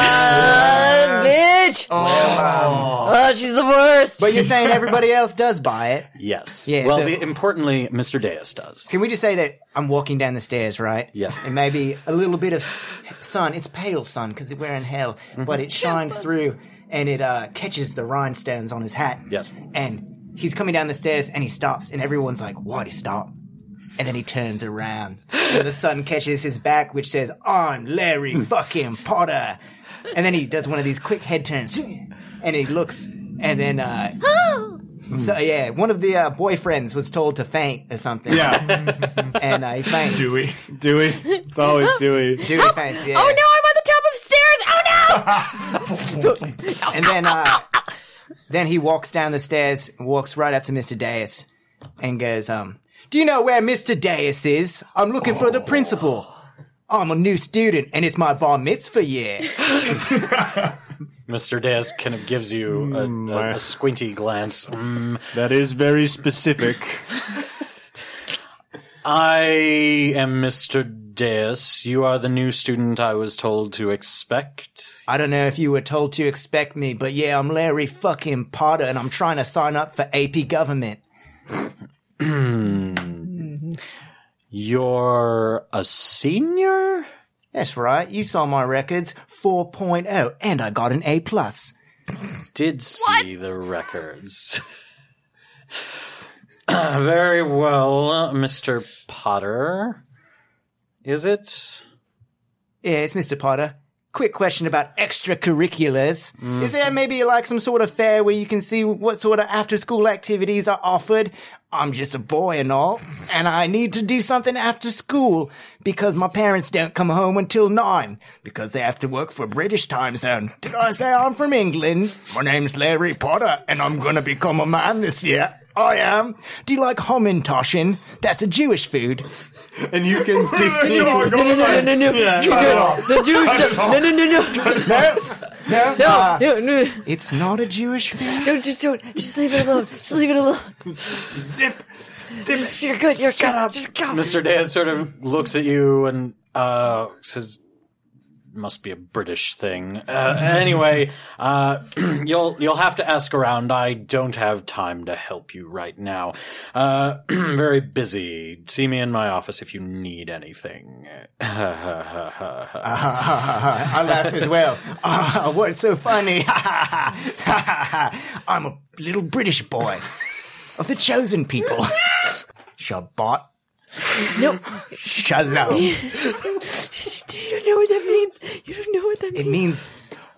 [SPEAKER 4] Ah, bitch! Oh. she's the worst.
[SPEAKER 6] But you're saying everybody else does buy it.
[SPEAKER 3] Yes.
[SPEAKER 6] Yeah,
[SPEAKER 3] well,
[SPEAKER 6] so-
[SPEAKER 3] the, importantly, Mr. Deus does.
[SPEAKER 6] Can we just say that I'm walking down the stairs, right?
[SPEAKER 3] Yes.
[SPEAKER 6] And maybe a little bit of sun. It's pale sun because we're in hell,
[SPEAKER 3] Mm-hmm.
[SPEAKER 6] but it shines through and it uh, catches the rhinestones on his hat.
[SPEAKER 3] Yes.
[SPEAKER 6] And he's coming down the stairs and he stops, and everyone's like, "Why'd he stop?" And then he turns around. And the sun catches his back, which says, On Larry
[SPEAKER 3] Hmm.
[SPEAKER 6] fucking Potter. And then he does one of these quick head turns. And he looks. And then, uh.
[SPEAKER 4] Oh,
[SPEAKER 3] Hmm.
[SPEAKER 6] so, yeah, one of the uh, boyfriends was told to faint or something.
[SPEAKER 1] Yeah,
[SPEAKER 6] And uh, he faints.
[SPEAKER 7] Dewey.
[SPEAKER 1] Dewey. It's always Dewey.
[SPEAKER 6] Dewey faints, yeah.
[SPEAKER 4] Oh no, I'm on the top of stairs. Oh no!
[SPEAKER 6] And then, uh, then he walks down the stairs, walks right up to Mr. Dais, and goes, um, "Do you know where Mr. Dais is? I'm looking for the principal. I'm a new student, and it's my bar mitzvah year."
[SPEAKER 3] Mr. Daz kind of gives you a,
[SPEAKER 6] Hmm, uh.
[SPEAKER 3] a, a squinty glance. Mm,
[SPEAKER 1] That is very specific.
[SPEAKER 3] I am Mr. Daz. You are the new student I was told to expect.
[SPEAKER 6] I don't know if you were told to expect me, but yeah, I'm Larry fucking Potter, and I'm trying to sign up for AP Government.
[SPEAKER 3] You're a senior?
[SPEAKER 6] That's right. You saw my records, 4.0, and I got an A plus.
[SPEAKER 3] Did see the records. Very well, Mr. Potter. Is it?
[SPEAKER 6] Yeah, it's Mr. Potter. Quick question about extracurriculars. Is there maybe like some sort of fair where you can see what sort of after school activities are offered? I'm just a boy and all, and I need to do something after school because my parents don't come home until nine because they have to work for British time zone. Did I say I'm from England? My name's Larry Potter and I'm gonna become a man this year. I am. Do you like Homintoschen? That's a Jewish food.
[SPEAKER 1] And you can see.
[SPEAKER 4] No, no, no, no, no. The Jewish. No, no, no, no,
[SPEAKER 6] No, no,
[SPEAKER 4] no,
[SPEAKER 6] uh,
[SPEAKER 4] no, no,
[SPEAKER 6] it's not a Jewish food.
[SPEAKER 4] no. Just don't. Just leave it alone. Just leave it alone. Zip. Zip. You're good. You're good. Just go.
[SPEAKER 3] Mr. Daz sort of looks at you and uh, says, "Must be a British thing." Uh, anyway, uh, you'll you'll have to ask around. I don't have time to help you right now. Uh, very busy. See me in my office if you need anything.
[SPEAKER 6] I laughed as well. Ah, what's so funny? I'm a little British boy of the chosen people. Shabbat
[SPEAKER 4] No.
[SPEAKER 6] shalom.
[SPEAKER 4] Do you know what that means? You don't know what that
[SPEAKER 6] It
[SPEAKER 4] means.
[SPEAKER 6] means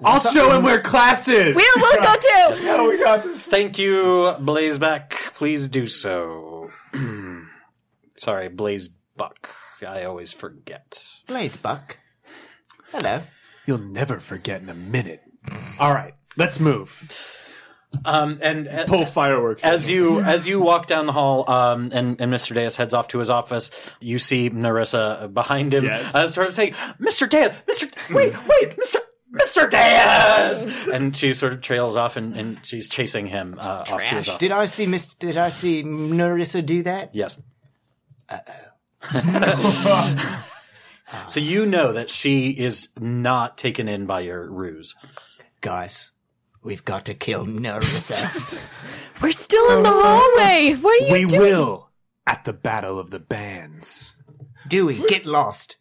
[SPEAKER 1] I'll show him where class is.
[SPEAKER 4] We will go too.
[SPEAKER 3] Thank you, Blazeback. Please do so. Sorry, Blaze Buck. I always forget.
[SPEAKER 6] blaze buck. Hello.
[SPEAKER 5] You'll never forget in a minute.
[SPEAKER 1] All right, let's move.
[SPEAKER 3] Um, and and-
[SPEAKER 1] Pull fireworks.
[SPEAKER 3] As you as you walk down the hall, um, and and Mr. Deus heads off to his office, you see Narissa behind him,
[SPEAKER 1] Yes.
[SPEAKER 3] uh, sort of saying, "Mr. Deus, Mr. Wait, wait, Mr. Mr. Deus," and she sort of trails off, and, and she's chasing him uh, off to his office.
[SPEAKER 6] Did I see Miss? Did I see Narissa do that?
[SPEAKER 3] Yes. Uh-oh. so you know that she is not taken in by your ruse.
[SPEAKER 6] Guys, we've got to kill Narissa.
[SPEAKER 4] We're still in the hallway. What are you
[SPEAKER 5] We
[SPEAKER 4] doing?
[SPEAKER 5] will at the Battle of the Bands.
[SPEAKER 6] Dewey, get lost.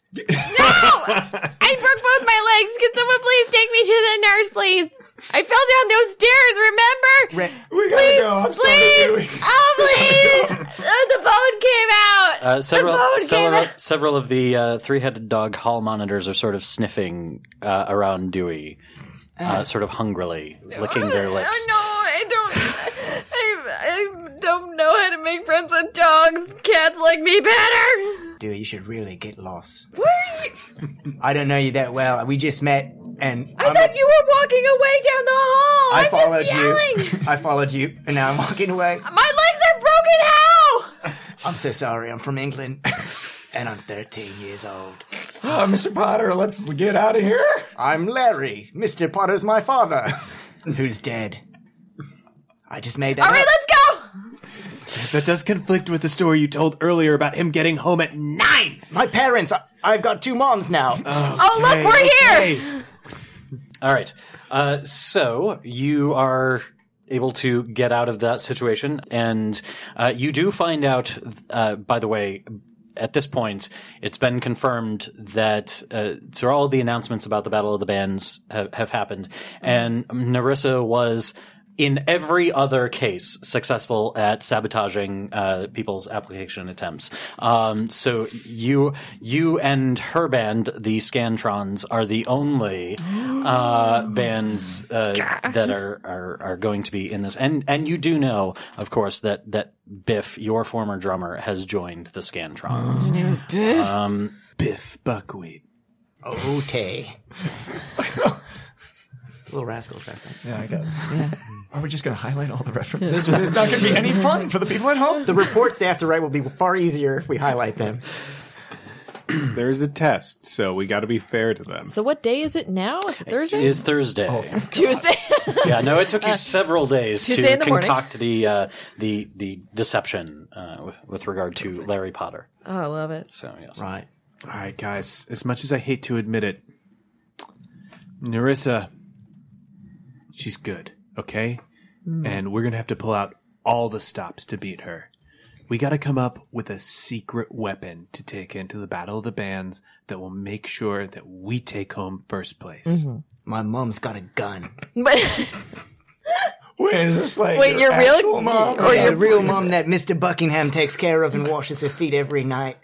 [SPEAKER 4] I broke both my legs. Can someone please take me to the nurse, please? I fell down those stairs. Remember?
[SPEAKER 6] Re-
[SPEAKER 7] We gotta
[SPEAKER 4] please,
[SPEAKER 7] go. I'm sorry,
[SPEAKER 4] please.
[SPEAKER 7] Dewey.
[SPEAKER 4] Oh, please. Uh, the bone came out.
[SPEAKER 3] Uh, several,
[SPEAKER 4] the bone came
[SPEAKER 3] several,
[SPEAKER 4] out.
[SPEAKER 3] several of the uh, three-headed dog hall monitors are sort of sniffing uh, around Dewey, uh, sort of hungrily, licking their lips.
[SPEAKER 4] Ah. Oh no, I don't. I, I don't know how to make friends with dogs. Cats like me better.
[SPEAKER 6] Dewey, you should really get lost.
[SPEAKER 4] Where are you?
[SPEAKER 6] I don't know you that well. We just met, and
[SPEAKER 4] I thought you were walking away down the hall.
[SPEAKER 6] I
[SPEAKER 4] am
[SPEAKER 6] followed
[SPEAKER 4] just yelling.
[SPEAKER 6] you. I followed you, and now I'm walking away.
[SPEAKER 4] My legs are broken. How?
[SPEAKER 6] I'm so sorry. I'm from England, and I'm 13 years old.
[SPEAKER 7] Oh, Mr. Potter, let's get out of here.
[SPEAKER 6] I'm Larry. Mr. Potter's my father, who's dead. I just made that.
[SPEAKER 4] All right,
[SPEAKER 6] up.
[SPEAKER 4] let's go.
[SPEAKER 5] That does conflict with the story you told earlier about him getting home at nine.
[SPEAKER 6] my parents. I- I've got two moms now.
[SPEAKER 4] Oh look, we're here.
[SPEAKER 3] All right. Uh, so you are able to get out of that situation, and uh, you do find out. Uh, by the way, at this point, it's been confirmed that uh, so all the announcements about the Battle of the Bands have, have happened, and Narissa was in every other case, successful at sabotaging uh, people's application attempts. Um, so you, you and her band, the Scantrons, are the only uh, bands uh, that are, are are going to be in this. And and you do know, of course, that that Biff, your former drummer, has joined the Scantrons.
[SPEAKER 5] Biff Buckwheat.
[SPEAKER 6] Oh, Ote. Little Rascals reference.
[SPEAKER 7] Yeah, I got it. Are we just going to highlight all the references? This is not going to be any fun for the people at home.
[SPEAKER 6] The reports they have to write will be far easier if we highlight them.
[SPEAKER 1] There's a test, so we got to be fair to them.
[SPEAKER 4] So what day is it now? Is it Thursday?
[SPEAKER 3] Is Thursday.
[SPEAKER 7] Oh,
[SPEAKER 4] It's Tuesday.
[SPEAKER 3] yeah, no, it took you several days
[SPEAKER 4] Tuesday
[SPEAKER 3] to
[SPEAKER 4] in the morning.
[SPEAKER 3] concoct the uh, the the deception uh, with, with regard to Larry Potter.
[SPEAKER 4] oh, I love it.
[SPEAKER 3] So yes,
[SPEAKER 6] Right.
[SPEAKER 5] All right, guys. As much as I hate to admit it, Narissa, she's good, okay? And we're gonna have to pull out all the stops to beat her. We gotta come up with a secret weapon to take into the Battle of the Bands that will make sure that we take home first place.
[SPEAKER 6] My mom's got a gun.
[SPEAKER 4] But
[SPEAKER 7] Wait, is this like
[SPEAKER 4] Wait, your real-
[SPEAKER 7] actual mom?
[SPEAKER 4] or
[SPEAKER 6] Yeah,
[SPEAKER 4] your
[SPEAKER 6] the real mom that Mr. Buckingham takes care of and washes her feet every night.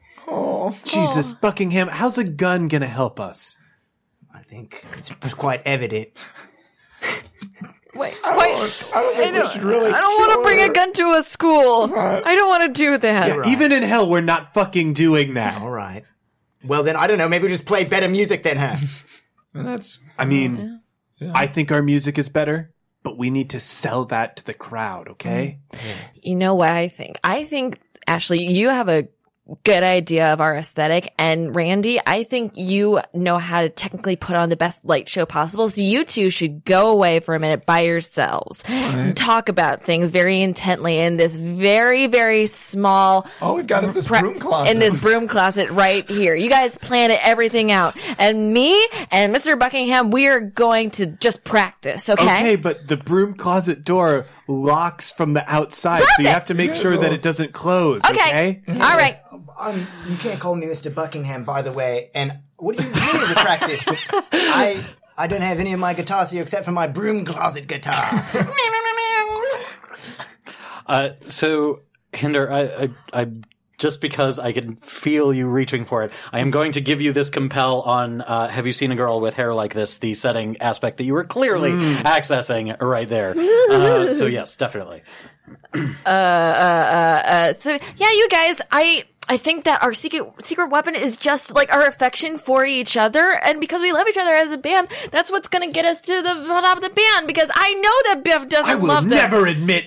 [SPEAKER 5] Jesus, Buckingham, how's a gun gonna help us?
[SPEAKER 6] I think it's quite evident.
[SPEAKER 4] Wait,
[SPEAKER 7] don't-
[SPEAKER 4] wait.
[SPEAKER 7] I don't think
[SPEAKER 4] I
[SPEAKER 7] we
[SPEAKER 4] don't,
[SPEAKER 7] should really.
[SPEAKER 4] want to
[SPEAKER 7] kill
[SPEAKER 4] bring
[SPEAKER 7] her.
[SPEAKER 4] a gun to a school. I don't want to do that.
[SPEAKER 5] Even in hell, we're not fucking doing that.
[SPEAKER 6] All right. Well, then, I don't know. Maybe we just play better music than her.
[SPEAKER 7] And that's
[SPEAKER 5] I mean, I think our music is better, but we need to sell that to the crowd, okay?
[SPEAKER 4] You know what I think? I think, Ashley, you have a good idea of our aesthetic. And Randy, I think you know how to technically put on the best light show possible. So you two should go away for a minute by yourselves. and Talk about things very intently in this very, very small
[SPEAKER 7] all we've got is this
[SPEAKER 4] pre-
[SPEAKER 7] broom closet.
[SPEAKER 4] In this broom closet right here. You guys plan it, everything out. And me and Mr. Buckingham, we are going to just practice,
[SPEAKER 5] Okay,
[SPEAKER 4] okay?
[SPEAKER 5] but the broom closet door locks from the outside, so you
[SPEAKER 4] Perfect.
[SPEAKER 5] have to make sure that it doesn't close. Okay.
[SPEAKER 4] All right.
[SPEAKER 6] I'm, Um, you can't call me Mr. Buckingham, by the way. And what do you mean as a practice? I I don't have any of my guitars here except for my broom closet guitar.
[SPEAKER 3] Uh, so Hinder, I, I, I just because I can feel you reaching for it, I am going to give you this compel on. Uh, have you seen a girl with hair like this? The setting aspect that you were clearly accessing right there. Uh, so yes, definitely.
[SPEAKER 4] Uh, So yeah, you guys, I I think that our secret secret weapon is just like our affection for each other, and because we love each other as a band, that's what's gonna get us to the top of the band. Because I know that Biff doesn't
[SPEAKER 5] I will
[SPEAKER 4] love them.
[SPEAKER 5] never admit.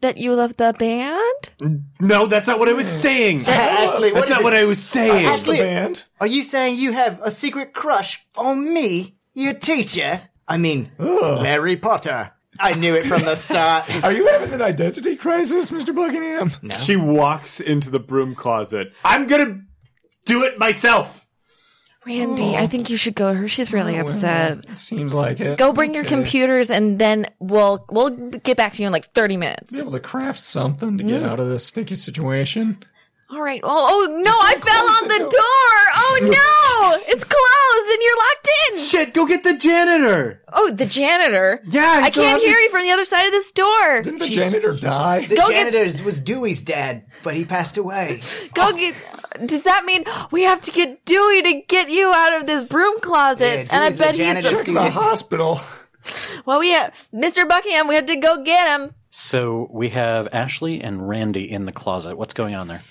[SPEAKER 4] that you love the band.
[SPEAKER 5] No, that's not what I was saying.
[SPEAKER 6] Ashley,
[SPEAKER 5] that's
[SPEAKER 6] what is
[SPEAKER 5] not what
[SPEAKER 6] this?
[SPEAKER 5] I
[SPEAKER 6] Uh,
[SPEAKER 5] was saying.
[SPEAKER 6] Ashley,
[SPEAKER 7] band.
[SPEAKER 6] are you saying you have a secret crush on me, your teacher? I mean, Harry Potter. I knew it from the start.
[SPEAKER 7] Are you having an identity crisis, Mr. Buckingham?
[SPEAKER 1] She walks into the broom closet.
[SPEAKER 5] I'm gonna do it myself.
[SPEAKER 4] Randy, I think you should go to her. She's really upset.
[SPEAKER 7] It seems like it.
[SPEAKER 4] uh, Go bring your computers, and then we'll we'll get back to you in like thirty minutes.
[SPEAKER 7] Be able to craft something to
[SPEAKER 4] Mm.
[SPEAKER 7] get out of this sticky situation.
[SPEAKER 4] All right. Oh, oh no! I fell
[SPEAKER 7] close
[SPEAKER 4] on
[SPEAKER 7] the
[SPEAKER 4] the
[SPEAKER 7] door.
[SPEAKER 4] door. Oh no! It's closed, and you're locked in.
[SPEAKER 5] Shit, go get the janitor.
[SPEAKER 4] Oh, the janitor.
[SPEAKER 5] Yeah,
[SPEAKER 4] I
[SPEAKER 5] you don't
[SPEAKER 4] can't
[SPEAKER 5] have to-
[SPEAKER 4] hear you from the other side of this door.
[SPEAKER 7] Didn't the janitor die?
[SPEAKER 6] The
[SPEAKER 4] Go get-
[SPEAKER 6] janitor was Dewey's dad, but he passed away.
[SPEAKER 4] Go get. Does that mean we have to get Dewey to get you out of this broom closet?
[SPEAKER 6] Yeah,
[SPEAKER 4] and I
[SPEAKER 6] Dewey's the
[SPEAKER 4] bet
[SPEAKER 6] janitor.
[SPEAKER 4] he's.
[SPEAKER 7] Check the hospital.
[SPEAKER 4] Well, we have Mr. Buckingham. We have to go get him.
[SPEAKER 3] So we have Ashley and Randy in the closet. What's going on there?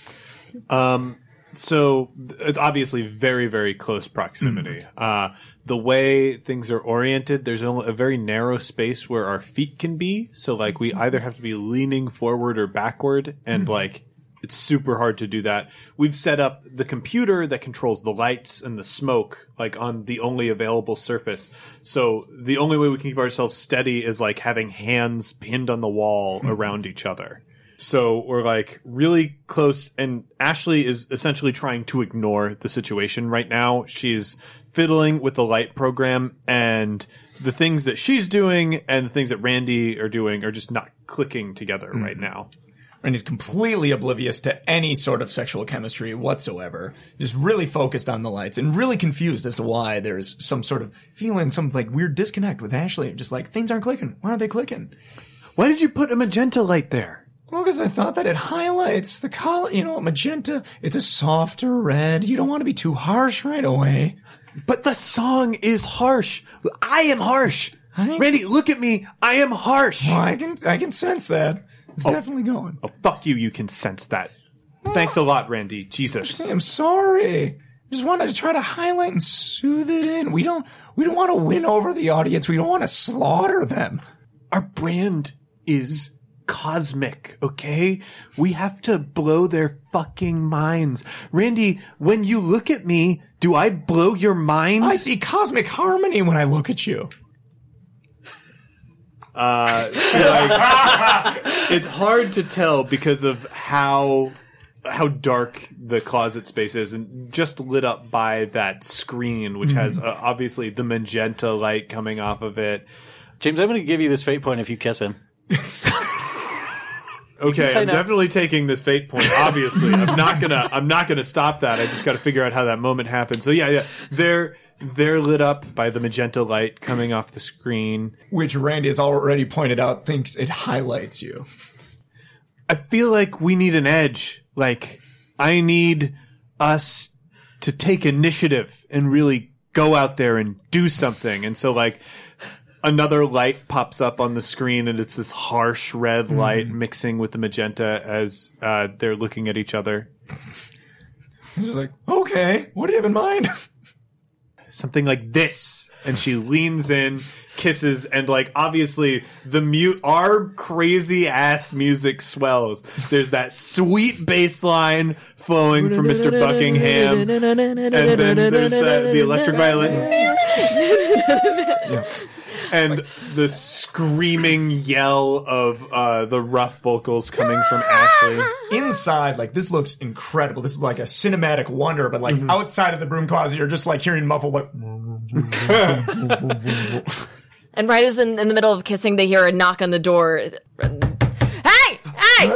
[SPEAKER 1] So it's obviously very, very close proximity. Uh, the way things are oriented, there's only a very narrow space where our feet can be. So like we either have to be leaning forward or backward, and like it's super hard to do that. We've set up the computer that controls the lights and the smoke, like on the only available surface. So the only way we can keep ourselves steady is like having hands pinned on the wall around each other. So we're like really close, and Ashley is essentially trying to ignore the situation right now. She's fiddling with the light program, and the things that she's doing and the things that Randy are doing are just not clicking together right now.
[SPEAKER 7] and is completely oblivious to any sort of sexual chemistry whatsoever. Just really focused on the lights and really confused as to why there's some sort of feeling, some like weird disconnect with Ashley. Just like things aren't clicking. Why aren't they clicking?
[SPEAKER 5] Why did you put a magenta light there?
[SPEAKER 7] Well, because I thought that it highlights the color. You know, magenta. It's a softer red. You don't want to be too harsh right away.
[SPEAKER 5] But the song is harsh. I am harsh.
[SPEAKER 7] I-
[SPEAKER 5] Randy, look at me. I am harsh.
[SPEAKER 7] Well, I can I can sense that. It's definitely going.
[SPEAKER 5] Oh, fuck you. You can sense that. Thanks a lot, Randy. Jesus.
[SPEAKER 7] I'm sorry. I just wanted to try to highlight and soothe it in. We don't we don't want to win over the audience. We don't want to slaughter them.
[SPEAKER 5] Our brand is cosmic, okay? We have to blow their fucking minds. Randy, when you look at me, do I blow your mind?
[SPEAKER 7] I see cosmic harmony when I look at you.
[SPEAKER 1] it's hard to tell because of how how dark the closet space is and just lit up by that screen which has uh, obviously the magenta light coming off of it
[SPEAKER 3] James, I'm going to give you this fate point if you kiss him.
[SPEAKER 1] okay
[SPEAKER 3] say
[SPEAKER 1] i'm
[SPEAKER 3] no.
[SPEAKER 1] definitely taking this fate point obviously i'm not gonna i'm not gonna stop that i just gotta figure out how that moment happened so yeah yeah they're they're lit up by the magenta light coming off the screen
[SPEAKER 7] Which Randy has already pointed out thinks it highlights you.
[SPEAKER 5] I feel like we need an edge. Like, I need us to take initiative and really go out there and do something. And so, like,
[SPEAKER 1] another light pops up on the screen and it's this harsh red light mixing with the magenta as uh, they're looking at each other
[SPEAKER 7] He's just like, okay, what do you have in mind?
[SPEAKER 1] something like this and she leans in kisses and like obviously the mute our crazy ass music swells there's that sweet bass line flowing from mr buckingham and then there's the, the electric violin and the screaming yell of uh, the rough vocals coming from ashley
[SPEAKER 7] Inside, like this looks incredible. This is like a cinematic wonder, but like
[SPEAKER 4] Mm-hmm.
[SPEAKER 7] outside of the broom closet, you're just like hearing muffled like
[SPEAKER 4] And right as in, in the middle of kissing, they hear a knock on the door. Hey, hey!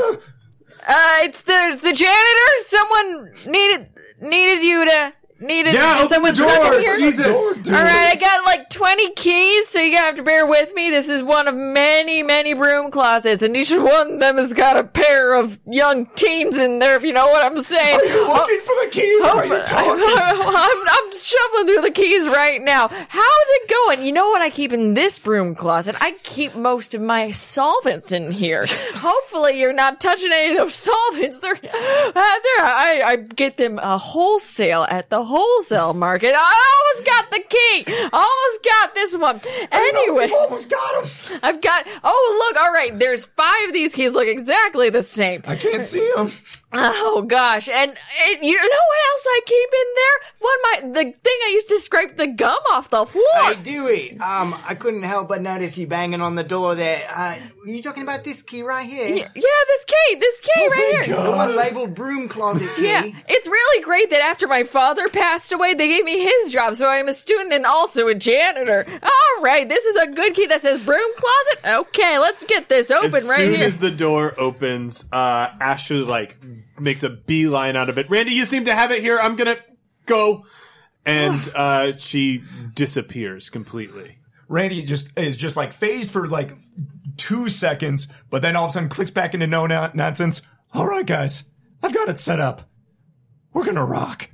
[SPEAKER 4] Uh, it's the it's the janitor. Someone needed needed you to needed
[SPEAKER 1] Yeah, open
[SPEAKER 4] someone's
[SPEAKER 1] the door,
[SPEAKER 4] stuck in here.
[SPEAKER 1] Jesus.
[SPEAKER 7] Door, dude.
[SPEAKER 4] All right, I got like 20 keys, so you gotta have to bear with me. This is one of many, many broom closets, and each one of them has got a pair of young teens in there, if you know what I'm saying.
[SPEAKER 7] You're looking for the keys.
[SPEAKER 4] Oh,
[SPEAKER 7] Are you talking?
[SPEAKER 4] I'm, I'm shoveling through the keys right now. How's it going? You know what I keep in this broom closet? I keep most of my solvents in here. Hopefully, you're not touching any of those solvents. They're, uh, they're I, I get them a wholesale at the wholesale market. I almost got the key. Almost got this one. Anyway.
[SPEAKER 7] You almost got him.
[SPEAKER 4] I've got. Oh, look! All right, there's five of these keys look exactly the same.
[SPEAKER 7] I can't see him.
[SPEAKER 4] Oh gosh, and, and you know what else I keep in there? What my the thing I used to scrape the gum off the floor.
[SPEAKER 6] Hey, Dewey, um, I couldn't help but notice you banging on the door there. Uh, were you talking about this key right here?
[SPEAKER 4] yeah, this key, this key
[SPEAKER 1] Oh,
[SPEAKER 4] right here.
[SPEAKER 6] The one labeled broom closet key.
[SPEAKER 4] Yeah, it's really great that after my father passed away, they gave me his job, so I'm a student and also a janitor. All right, this is a good key that says broom closet. Okay, let's get this open
[SPEAKER 1] as
[SPEAKER 4] right
[SPEAKER 1] soon
[SPEAKER 4] here.
[SPEAKER 1] as the door opens, uh, Ashley like makes a beeline out of it. Randy, you seem to have it here. I'm gonna go, and uh, she disappears completely.
[SPEAKER 7] Randy just is just like phased for like two seconds, but then all of a sudden clicks back into no no- nonsense. All right, guys, I've got it set up. We're gonna rock.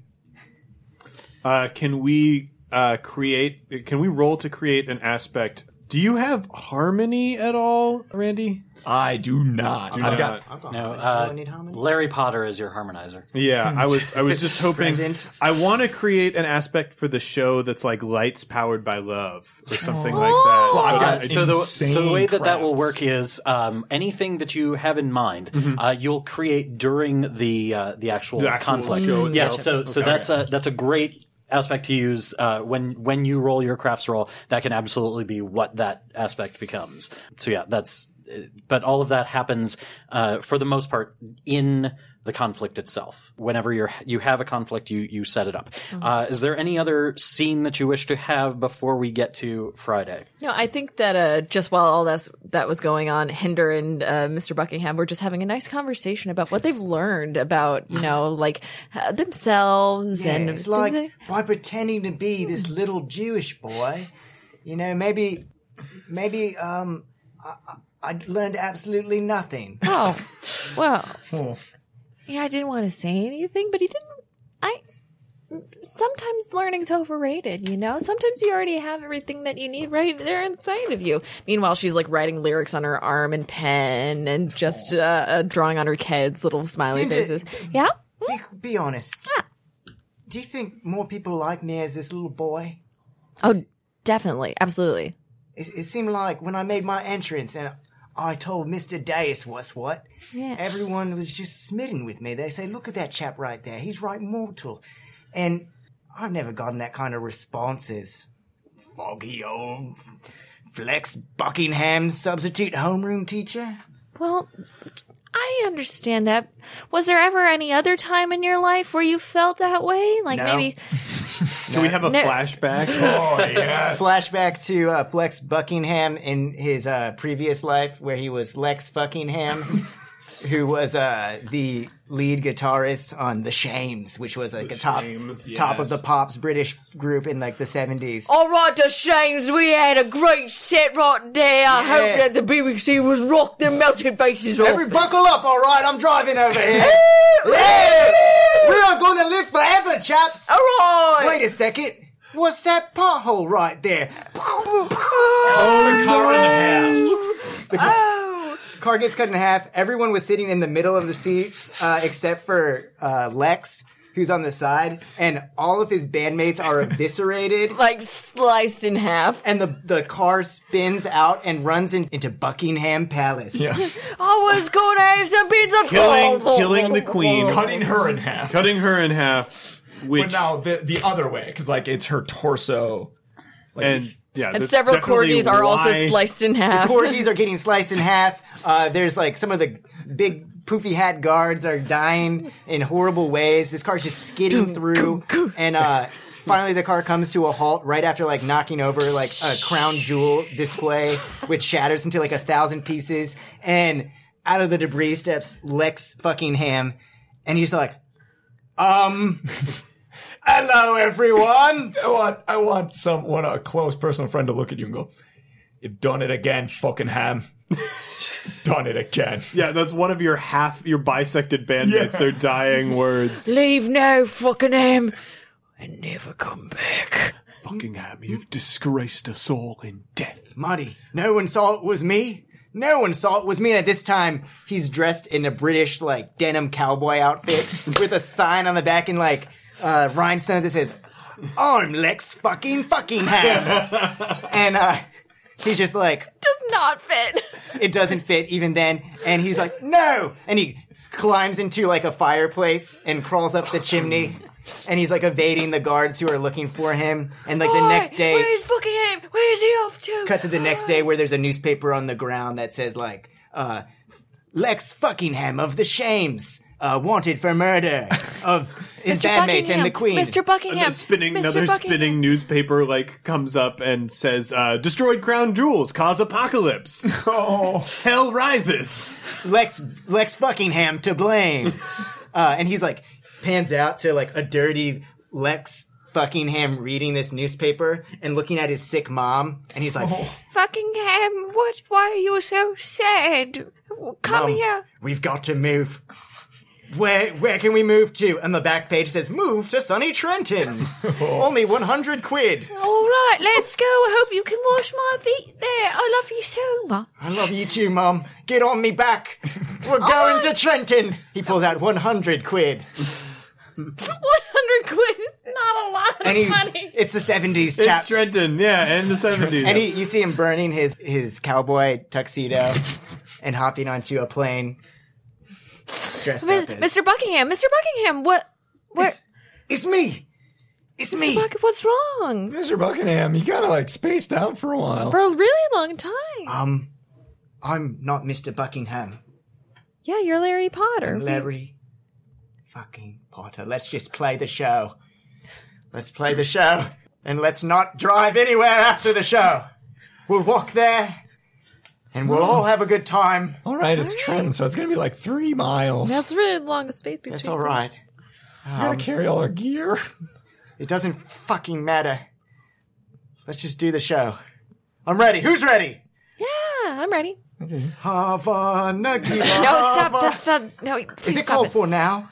[SPEAKER 1] Uh, can we uh, create? Can we roll to create an aspect? Do you have harmony at all, Randy?
[SPEAKER 7] I do not. I've got.
[SPEAKER 6] I've got
[SPEAKER 3] No,
[SPEAKER 6] harmony.
[SPEAKER 3] uh,
[SPEAKER 6] Do I need harmony?
[SPEAKER 3] Larry Potter is your harmonizer.
[SPEAKER 1] Yeah, I was. I was just hoping.
[SPEAKER 6] Present.
[SPEAKER 1] I want to create an aspect for the show that's like lights powered by love or something like
[SPEAKER 4] Oh!
[SPEAKER 1] that.
[SPEAKER 7] Well, I've got
[SPEAKER 3] Uh, so the so the
[SPEAKER 7] insane
[SPEAKER 3] way that that will
[SPEAKER 7] crafts.
[SPEAKER 3] work is um, anything that you have in mind, uh, you'll create during the uh, the actual,
[SPEAKER 1] Mm-hmm. The actual
[SPEAKER 3] conflict.
[SPEAKER 1] show
[SPEAKER 3] yeah,
[SPEAKER 1] itself.
[SPEAKER 3] so so
[SPEAKER 1] Okay.
[SPEAKER 3] that's a that's a great aspect to use uh, when when you roll your crafts roll. That can absolutely be what that aspect becomes. So yeah, that's. But all of that happens uh, for the most part in the conflict itself. Whenever you're you have a conflict, you you set it up. Uh, is there any other scene that you wish to have before we get to Friday?
[SPEAKER 4] No, I think that uh, just while all that's, that was going on, Hinder and uh, Mr. Buckingham were just having a nice conversation about what they've learned about, you know, like uh, themselves
[SPEAKER 6] Yeah,
[SPEAKER 4] and
[SPEAKER 6] it's like by pretending to be this little Jewish boy, you know, maybe, maybe um, I, I I learned absolutely nothing.
[SPEAKER 4] oh, well,
[SPEAKER 7] Oh.
[SPEAKER 4] yeah, I didn't want to say anything, but he didn't. I sometimes learning's overrated, you know. Sometimes you already have everything that you need right there inside of you. Meanwhile, she's like writing lyrics on her arm and pen, and just uh, uh, drawing on her kids' little smiley
[SPEAKER 6] Hinder-
[SPEAKER 4] faces. Yeah.
[SPEAKER 6] Be, be honest. Do you think more people like me as this little boy?
[SPEAKER 4] Oh, definitely, absolutely.
[SPEAKER 6] It, it seemed like when I made my entrance and I told Mr. Dais what's what,
[SPEAKER 4] Yeah.
[SPEAKER 6] everyone was just smitten with me. They say, look at that chap right there. He's right mortal. And I've never gotten that kind of responses. Foggy old Flex Buckingham substitute homeroom teacher?
[SPEAKER 4] Well, I understand that. Was there ever any other time in your life where you felt that way? Like
[SPEAKER 6] No.
[SPEAKER 4] maybe
[SPEAKER 1] Can we have a
[SPEAKER 4] No.
[SPEAKER 1] flashback?
[SPEAKER 7] Oh, yes.
[SPEAKER 6] Flashback to uh, Flex Buckingham in his uh, previous life where he was Lex Buckingham. Who was uh, the lead guitarist on The Shames, which was like a top
[SPEAKER 7] Shames,
[SPEAKER 6] top
[SPEAKER 7] yes.
[SPEAKER 6] of the pops British group in like the seventies.
[SPEAKER 4] All right, the Shames, we had a great set right there. I
[SPEAKER 6] Yeah.
[SPEAKER 4] hope that the BBC was rocked their melted faces off.
[SPEAKER 6] Every buckle up, all right? I'm driving over here. yeah, we are going to live forever, chaps.
[SPEAKER 4] All right.
[SPEAKER 6] Wait a second. What's that pothole right there?
[SPEAKER 7] Oh,
[SPEAKER 6] Car gets cut in half. Everyone was sitting in the middle of the seats, uh, except for uh, Lex, who's on the side, and all of his bandmates are eviscerated.
[SPEAKER 4] like sliced in half.
[SPEAKER 6] And the, the car spins out and runs in, into Buckingham Palace.
[SPEAKER 4] I was going to have some pizza.
[SPEAKER 1] killing, killing the queen,
[SPEAKER 7] Cutting her in half.
[SPEAKER 1] cutting her in half. Which
[SPEAKER 7] But now the, the other way, because like it's her torso.
[SPEAKER 1] and yeah,
[SPEAKER 4] And
[SPEAKER 1] that's
[SPEAKER 4] several
[SPEAKER 1] definitely
[SPEAKER 4] corgis are also
[SPEAKER 1] why-
[SPEAKER 4] sliced in half.
[SPEAKER 6] corgis are getting sliced in half. Uh, there's like some of the big poofy hat guards are dying in horrible ways. This car's just skidding through, and uh, finally the car comes to a halt right after like knocking over like a crown jewel display, which shatters into like a thousand pieces. And out of the debris steps Lex fucking Ham, and he's like, um. Hello, everyone.
[SPEAKER 7] I want I want someone a close personal friend to look at you and go, You've done it again, fucking ham. done it again.
[SPEAKER 1] Yeah, that's one of your half your bisected bandmates.
[SPEAKER 7] Yeah.
[SPEAKER 1] Their dying words.
[SPEAKER 4] Leave now, fucking him, and never come back.
[SPEAKER 5] Buckingham, you've disgraced us all in death.
[SPEAKER 6] Marty, no one saw it was me. No one saw it was me. And at this time, he's dressed in a British, like, denim cowboy outfit with a sign on the back in, like, uh, rhinestones that says, I'm Lex fucking fucking ham. and, uh, he's just like,
[SPEAKER 4] Does not fit.
[SPEAKER 6] it doesn't fit even then. And he's like, no! And he climbs into like a fireplace and crawls up the chimney. And he's like evading the guards who are looking for him. And like the next day
[SPEAKER 4] Where's fucking him? Where's he off to?
[SPEAKER 6] cut to the next day where there's a newspaper on the ground that says like uh Lex Buckingham of the Shames uh, wanted for murder of his
[SPEAKER 4] Mr.
[SPEAKER 6] bandmates
[SPEAKER 4] Buckingham,
[SPEAKER 6] and the Queen.
[SPEAKER 4] Mr. Buckingham.
[SPEAKER 1] A spinning
[SPEAKER 4] Mr.
[SPEAKER 1] another
[SPEAKER 4] Buckingham.
[SPEAKER 1] spinning newspaper like comes up and says, uh, "Destroyed crown jewels cause apocalypse.
[SPEAKER 7] Oh.
[SPEAKER 1] Hell rises."
[SPEAKER 6] Lex Lex Buckingham to blame. uh, and he's like pans out to like a dirty Lex Buckingham reading this newspaper and looking at his sick mom, and he's like,
[SPEAKER 4] Buckingham, what? Why are you so sad? Come
[SPEAKER 6] Mom,
[SPEAKER 4] here.
[SPEAKER 6] We've got to move. Where where can we move to? And the back page says, "Move to sunny Trenton." Only one hundred quid.
[SPEAKER 4] All right, let's go. I hope you can wash my feet there. I love you so much.
[SPEAKER 6] I love you too, Mum. Get on me back. We're
[SPEAKER 4] Oh.
[SPEAKER 6] going to Trenton. He pulls out one hundred quid,
[SPEAKER 4] 100 quid is not a lot of
[SPEAKER 6] and he,
[SPEAKER 4] money.
[SPEAKER 6] it's the seventies,
[SPEAKER 1] It's
[SPEAKER 6] chap.
[SPEAKER 1] Trenton, yeah, and the seventies.
[SPEAKER 6] and he, you see him burning his his cowboy tuxedo and hopping onto a plane. Dressed
[SPEAKER 4] Mis-
[SPEAKER 6] up as
[SPEAKER 4] Mr. Buckingham, Mr. Buckingham, what? Where?
[SPEAKER 6] It's, it's me. It's
[SPEAKER 4] Mr.
[SPEAKER 6] me.
[SPEAKER 4] Buck, what's wrong?
[SPEAKER 7] Mr. Buckingham, you kinda like spaced out for a while.
[SPEAKER 4] For a really long time.
[SPEAKER 6] Um, I'm not Mr. Buckingham.
[SPEAKER 4] yeah, you're Larry Potter.
[SPEAKER 6] Larry fucking Potter. Let's just play the show. Let's play the show. And let's not drive anywhere after the show. We'll walk there and we'll all have a good time.
[SPEAKER 7] All right, it's Trent, so it's gonna be like three miles.
[SPEAKER 4] That's really long space between.
[SPEAKER 6] That's all right.
[SPEAKER 7] We gotta carry all our gear.
[SPEAKER 6] It doesn't fucking matter. Let's just do the show. I'm ready. Who's ready?
[SPEAKER 4] Yeah, I'm ready.
[SPEAKER 6] Havana.
[SPEAKER 4] No, stop. That's not. No,
[SPEAKER 6] Oh. Is
[SPEAKER 4] please
[SPEAKER 6] it
[SPEAKER 4] stop
[SPEAKER 6] called
[SPEAKER 4] it.
[SPEAKER 6] for now?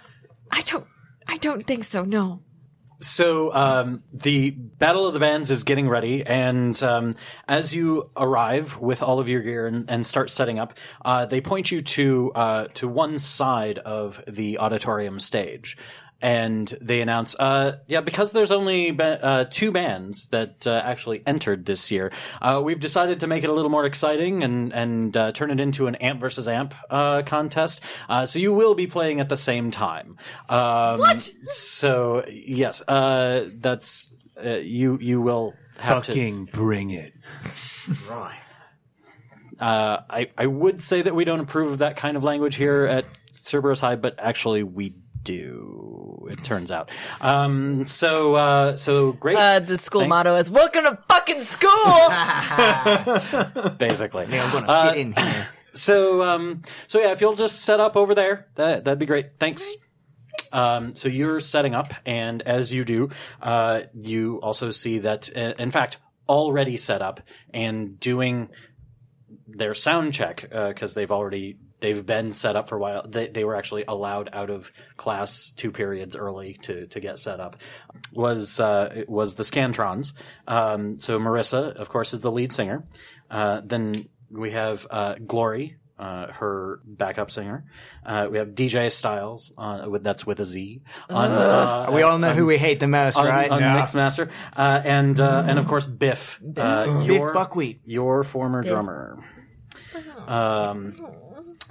[SPEAKER 4] I don't. I don't think so. No.
[SPEAKER 3] So um, the Battle of the Bands is getting ready, and um, as you arrive with all of your gear and, and start setting up, uh, they point you to uh, to one side of the auditorium stage, and they announce, uh, "Yeah, because there's only ba- uh, two bands that uh, actually entered this year, uh, we've decided to make it a little more exciting and and uh, turn it into an amp versus amp uh, contest. Uh, so you will be playing at the same time." Um, what? So yes, uh, that's uh, you. You will have to.
[SPEAKER 5] Fucking bring it.
[SPEAKER 3] Uh, I I would say that we don't approve of that kind of language here at Cerberus High, but actually we do. It turns out. Um, so uh, so great.
[SPEAKER 4] Uh, the school
[SPEAKER 3] Thanks.
[SPEAKER 4] motto is "Welcome to fucking school."
[SPEAKER 3] basically.
[SPEAKER 6] I'm gonna
[SPEAKER 3] Uh,
[SPEAKER 6] fit in here.
[SPEAKER 3] So um, so yeah, if you'll just set up over there, that that'd be great. Thanks. Um, so you're setting up, and as you do, uh, you also see that, uh, in fact, already set up and doing their sound check because they've already they've been set up for a while. They, they were actually allowed out of class two periods early to to get set up. Was uh, it was the Scantrons? Um, so Marissa, of course, is the lead singer. Uh, then we have uh, Glory. Uh, her backup singer. Uh, we have DJ Styles. Uh, with, that's with a Z. On, uh,
[SPEAKER 6] We all know who we hate the most,
[SPEAKER 3] on,
[SPEAKER 6] right?
[SPEAKER 3] on Mixmaster, uh, and uh, and of course Biff, uh,
[SPEAKER 6] Biff
[SPEAKER 3] your-
[SPEAKER 6] Buckwheat.
[SPEAKER 3] your former drummer. Um,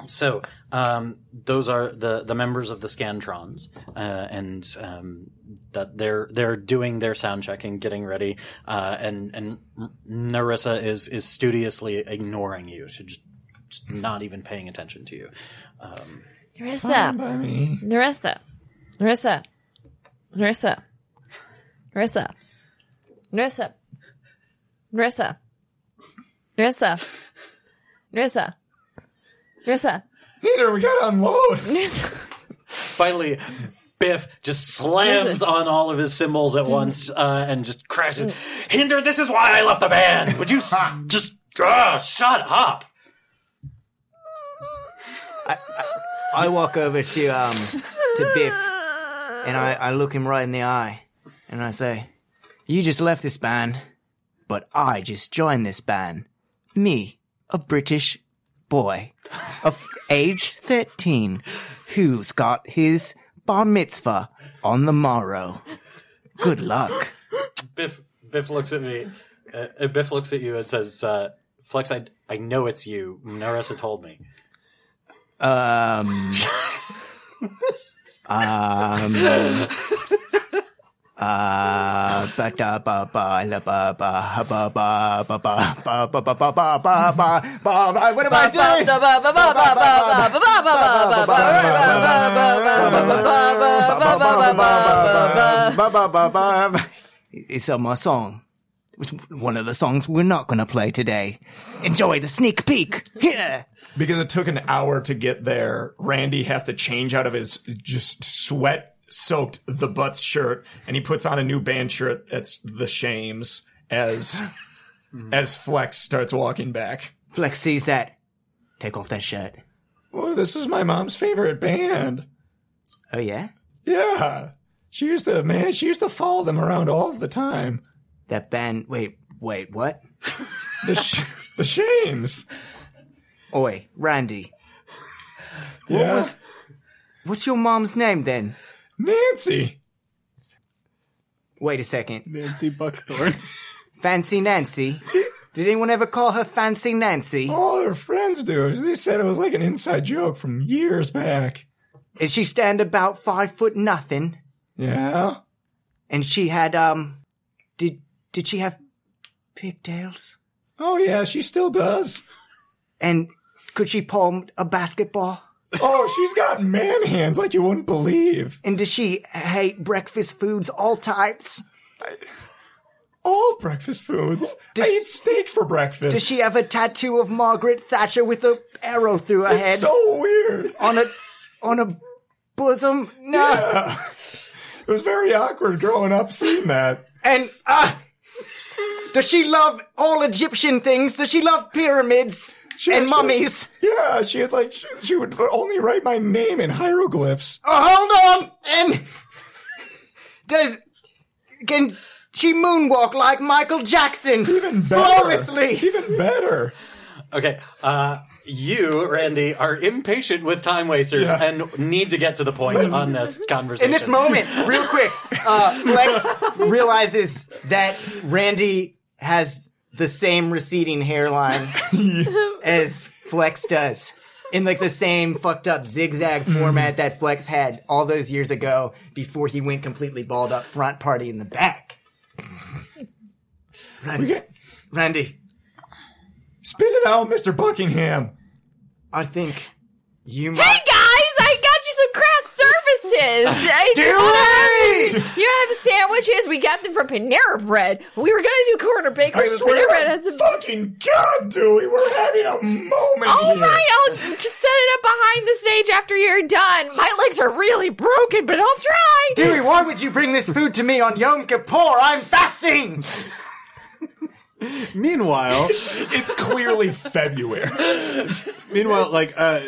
[SPEAKER 3] so um, those are the, the members of the Scantrons, uh, and um, that they're they're doing their sound check and getting ready, uh, and and Narissa is is studiously ignoring you. She's just, just not even paying attention to you.
[SPEAKER 4] Narissa.
[SPEAKER 7] I mean,
[SPEAKER 4] Narissa. Narissa. Narissa. Narissa. Narissa. Narissa. Narissa. Narissa. Narissa.
[SPEAKER 7] Peter, we gotta unload.
[SPEAKER 4] Narissa.
[SPEAKER 3] finally biff just slams on all of his cymbals at once uh, and just crashes hinder this is why i left the band would you s- just uh, shut up
[SPEAKER 6] I walk over to um to Biff and I, I look him right in the eye and I say, You just left this band, but I just joined this band. Me, a British boy of age thirteen, who's got his bar mitzvah on the morrow. Good luck.
[SPEAKER 3] biff biff looks at me uh, uh, biff looks at you and says uh, flex I, I know it's you narissa told me
[SPEAKER 6] Um um uh, ba da ba ba la ba ba ba ba ba ba ba ba ba ba ba ba ba ba what am I doing? Ba ba ba ba. It's on my song. It's one of the songs we're not gonna play today. Enjoy the sneak peek. Yeah.
[SPEAKER 7] Because it took an hour to get there, Randy has to change out of his just sweat soaked the butts shirt and he puts on a new band shirt that's the shames as as Flex starts walking back.
[SPEAKER 6] Flex sees that. Take off that shirt.
[SPEAKER 7] Oh, this is my mom's favorite band.
[SPEAKER 6] Oh yeah.
[SPEAKER 7] Yeah. She used to man, she used to follow them around all the time.
[SPEAKER 6] That band. Wait, wait, what?
[SPEAKER 7] The sh- the shames.
[SPEAKER 6] Oi, Randy.
[SPEAKER 7] yeah.
[SPEAKER 6] What's your mom's name then?
[SPEAKER 7] Nancy.
[SPEAKER 6] Wait a second.
[SPEAKER 1] Nancy Buckthorn.
[SPEAKER 6] Fancy Nancy? Did anyone ever call her Fancy Nancy?
[SPEAKER 7] All her friends do. They said it was like an inside joke from years back.
[SPEAKER 6] Did she stand about five foot nothing?
[SPEAKER 7] Yeah.
[SPEAKER 6] And she had um did did she have pigtails?
[SPEAKER 7] Oh yeah, she still does.
[SPEAKER 6] And could she palm a basketball?
[SPEAKER 7] Oh, she's got man hands like you wouldn't believe.
[SPEAKER 6] And does she hate breakfast foods, all types?
[SPEAKER 7] All breakfast foods. I eat steak for breakfast.
[SPEAKER 6] Does she have a tattoo of Margaret Thatcher with a arrow through her head
[SPEAKER 7] so weird.
[SPEAKER 6] on a on a bosom? No.
[SPEAKER 7] It was very awkward growing up seeing that.
[SPEAKER 6] And ah, does she love all Egyptian things? Does she love pyramids and
[SPEAKER 7] actually-
[SPEAKER 6] mummies?
[SPEAKER 7] Yeah, she had like she, she would only write my name in hieroglyphs.
[SPEAKER 6] Oh, hold on. And does can she moonwalk like Michael Jackson?
[SPEAKER 7] Even better.
[SPEAKER 6] Flawlessly.
[SPEAKER 7] Even better.
[SPEAKER 3] Okay, uh, you, Randy, are impatient with time wasters
[SPEAKER 7] Yeah.
[SPEAKER 3] and need to get to the point on this
[SPEAKER 6] In
[SPEAKER 3] conversation.
[SPEAKER 6] this moment, real quick, uh, Lex realizes that Randy has the same receding hairline as Flex does. In like the same fucked up zigzag format that Flex had all those years ago before he went completely bald up front, party in the back. Randy, Randy
[SPEAKER 7] Spit it out, Mr. Buckingham.
[SPEAKER 6] I think you
[SPEAKER 4] Hey
[SPEAKER 6] might.
[SPEAKER 4] guys, I got you some craft services. I
[SPEAKER 6] Do it!
[SPEAKER 4] You have sandwiches. We got them from Panera Bread. We were gonna do corner bakery,
[SPEAKER 7] I
[SPEAKER 4] but Panera
[SPEAKER 7] swear,
[SPEAKER 4] Bread
[SPEAKER 7] to
[SPEAKER 4] has some.
[SPEAKER 7] fucking God, Dewey, we're having a moment
[SPEAKER 4] Oh
[SPEAKER 7] here.
[SPEAKER 4] my! I'll just set it up behind the stage after you're done. My legs are really broken, but I'll try.
[SPEAKER 6] Dewey, why would you bring this food to me on Yom Kippur? I'm fasting!
[SPEAKER 1] Meanwhile,
[SPEAKER 7] It's clearly February.
[SPEAKER 1] meanwhile, like uh,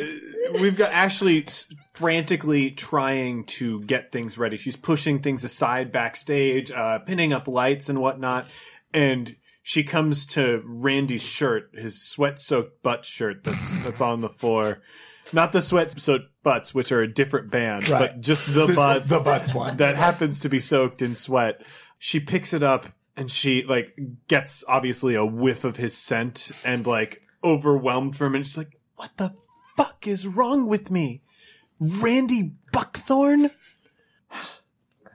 [SPEAKER 1] we've got Ashley s- frantically trying to get things ready. She's pushing things aside backstage, uh, pinning up lights and whatnot, and she comes to Randy's shirt, his sweat-soaked butt shirt that's that's on the floor. Not the sweat-soaked butts, which are a different band, but
[SPEAKER 7] Right.
[SPEAKER 1] just the
[SPEAKER 7] This-
[SPEAKER 1] butts.
[SPEAKER 7] the butts one.
[SPEAKER 1] that happens to be soaked in sweat. She picks it up and she like gets obviously a whiff of his scent and like overwhelmed from it. She's like, "What the fuck is wrong with me, Randy Buckthorn?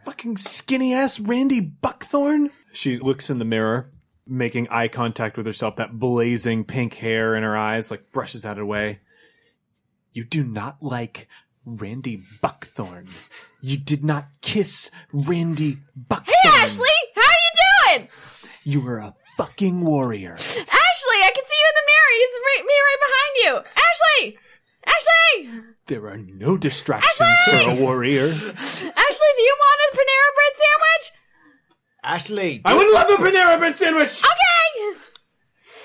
[SPEAKER 1] Fucking skinny ass Randy Buckthorn." She looks in the mirror, making eye contact with herself. That blazing pink hair in her eyes like brushes that away. You do not like Randy Buckthorn. You did not kiss Randy Buckthorn.
[SPEAKER 4] Hey, Ashley, how you doing?
[SPEAKER 1] You were a fucking warrior.
[SPEAKER 4] Ashley, I can see you in the mirror. It's right, me right behind you. Ashley, Ashley,
[SPEAKER 1] There are no distractions for a warrior.
[SPEAKER 4] Ashley, do you want a Panera Bread sandwich?
[SPEAKER 6] Ashley,
[SPEAKER 1] I would love a Panera Bread sandwich!
[SPEAKER 4] Okay.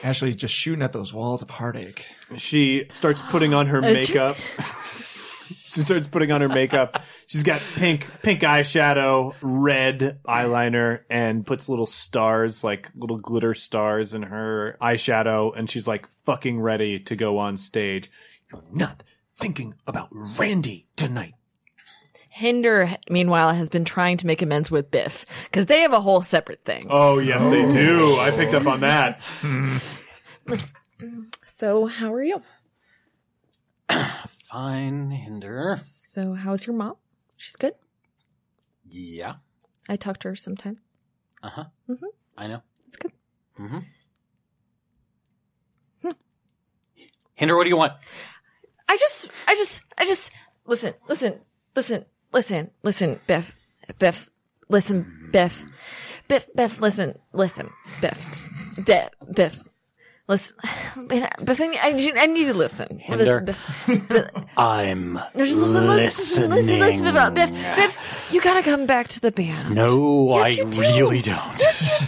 [SPEAKER 7] Ashley's just shooting at those walls of heartache.
[SPEAKER 1] She starts putting on her makeup. she starts putting on her makeup. She's got pink pink eyeshadow, red eyeliner, and puts little stars, like little glitter stars in her eyeshadow, and she's like fucking ready to go on stage. You're not thinking about Randy tonight.
[SPEAKER 4] Hinder, meanwhile, has been trying to make amends with Biff because they have a whole separate thing.
[SPEAKER 1] Oh yes, they do. I picked up on that.
[SPEAKER 4] So, how are you?
[SPEAKER 3] Fine, Hinder.
[SPEAKER 4] So, how's your mom? She's good.
[SPEAKER 3] Yeah,
[SPEAKER 4] I talk to her sometimes.
[SPEAKER 3] I know.
[SPEAKER 4] It's good.
[SPEAKER 3] Hinder, what do you want?
[SPEAKER 4] I just, I just, I just listen, listen, listen, listen, listen, Biff, Biff, listen, Biff, Biff, Biff, listen, listen, Biff, Biff, Biff. Listen, Biff, I need- I need, I need to listen.
[SPEAKER 3] Hinder.
[SPEAKER 4] Listen, Biff. Biff.
[SPEAKER 3] I'm
[SPEAKER 4] No, just listen, listen, listen, listen, listen, Biff, Biff, Biff, you gotta come back to the band.
[SPEAKER 3] No,
[SPEAKER 4] Yes,
[SPEAKER 3] I
[SPEAKER 4] you do.
[SPEAKER 3] really don't.
[SPEAKER 4] Yes, you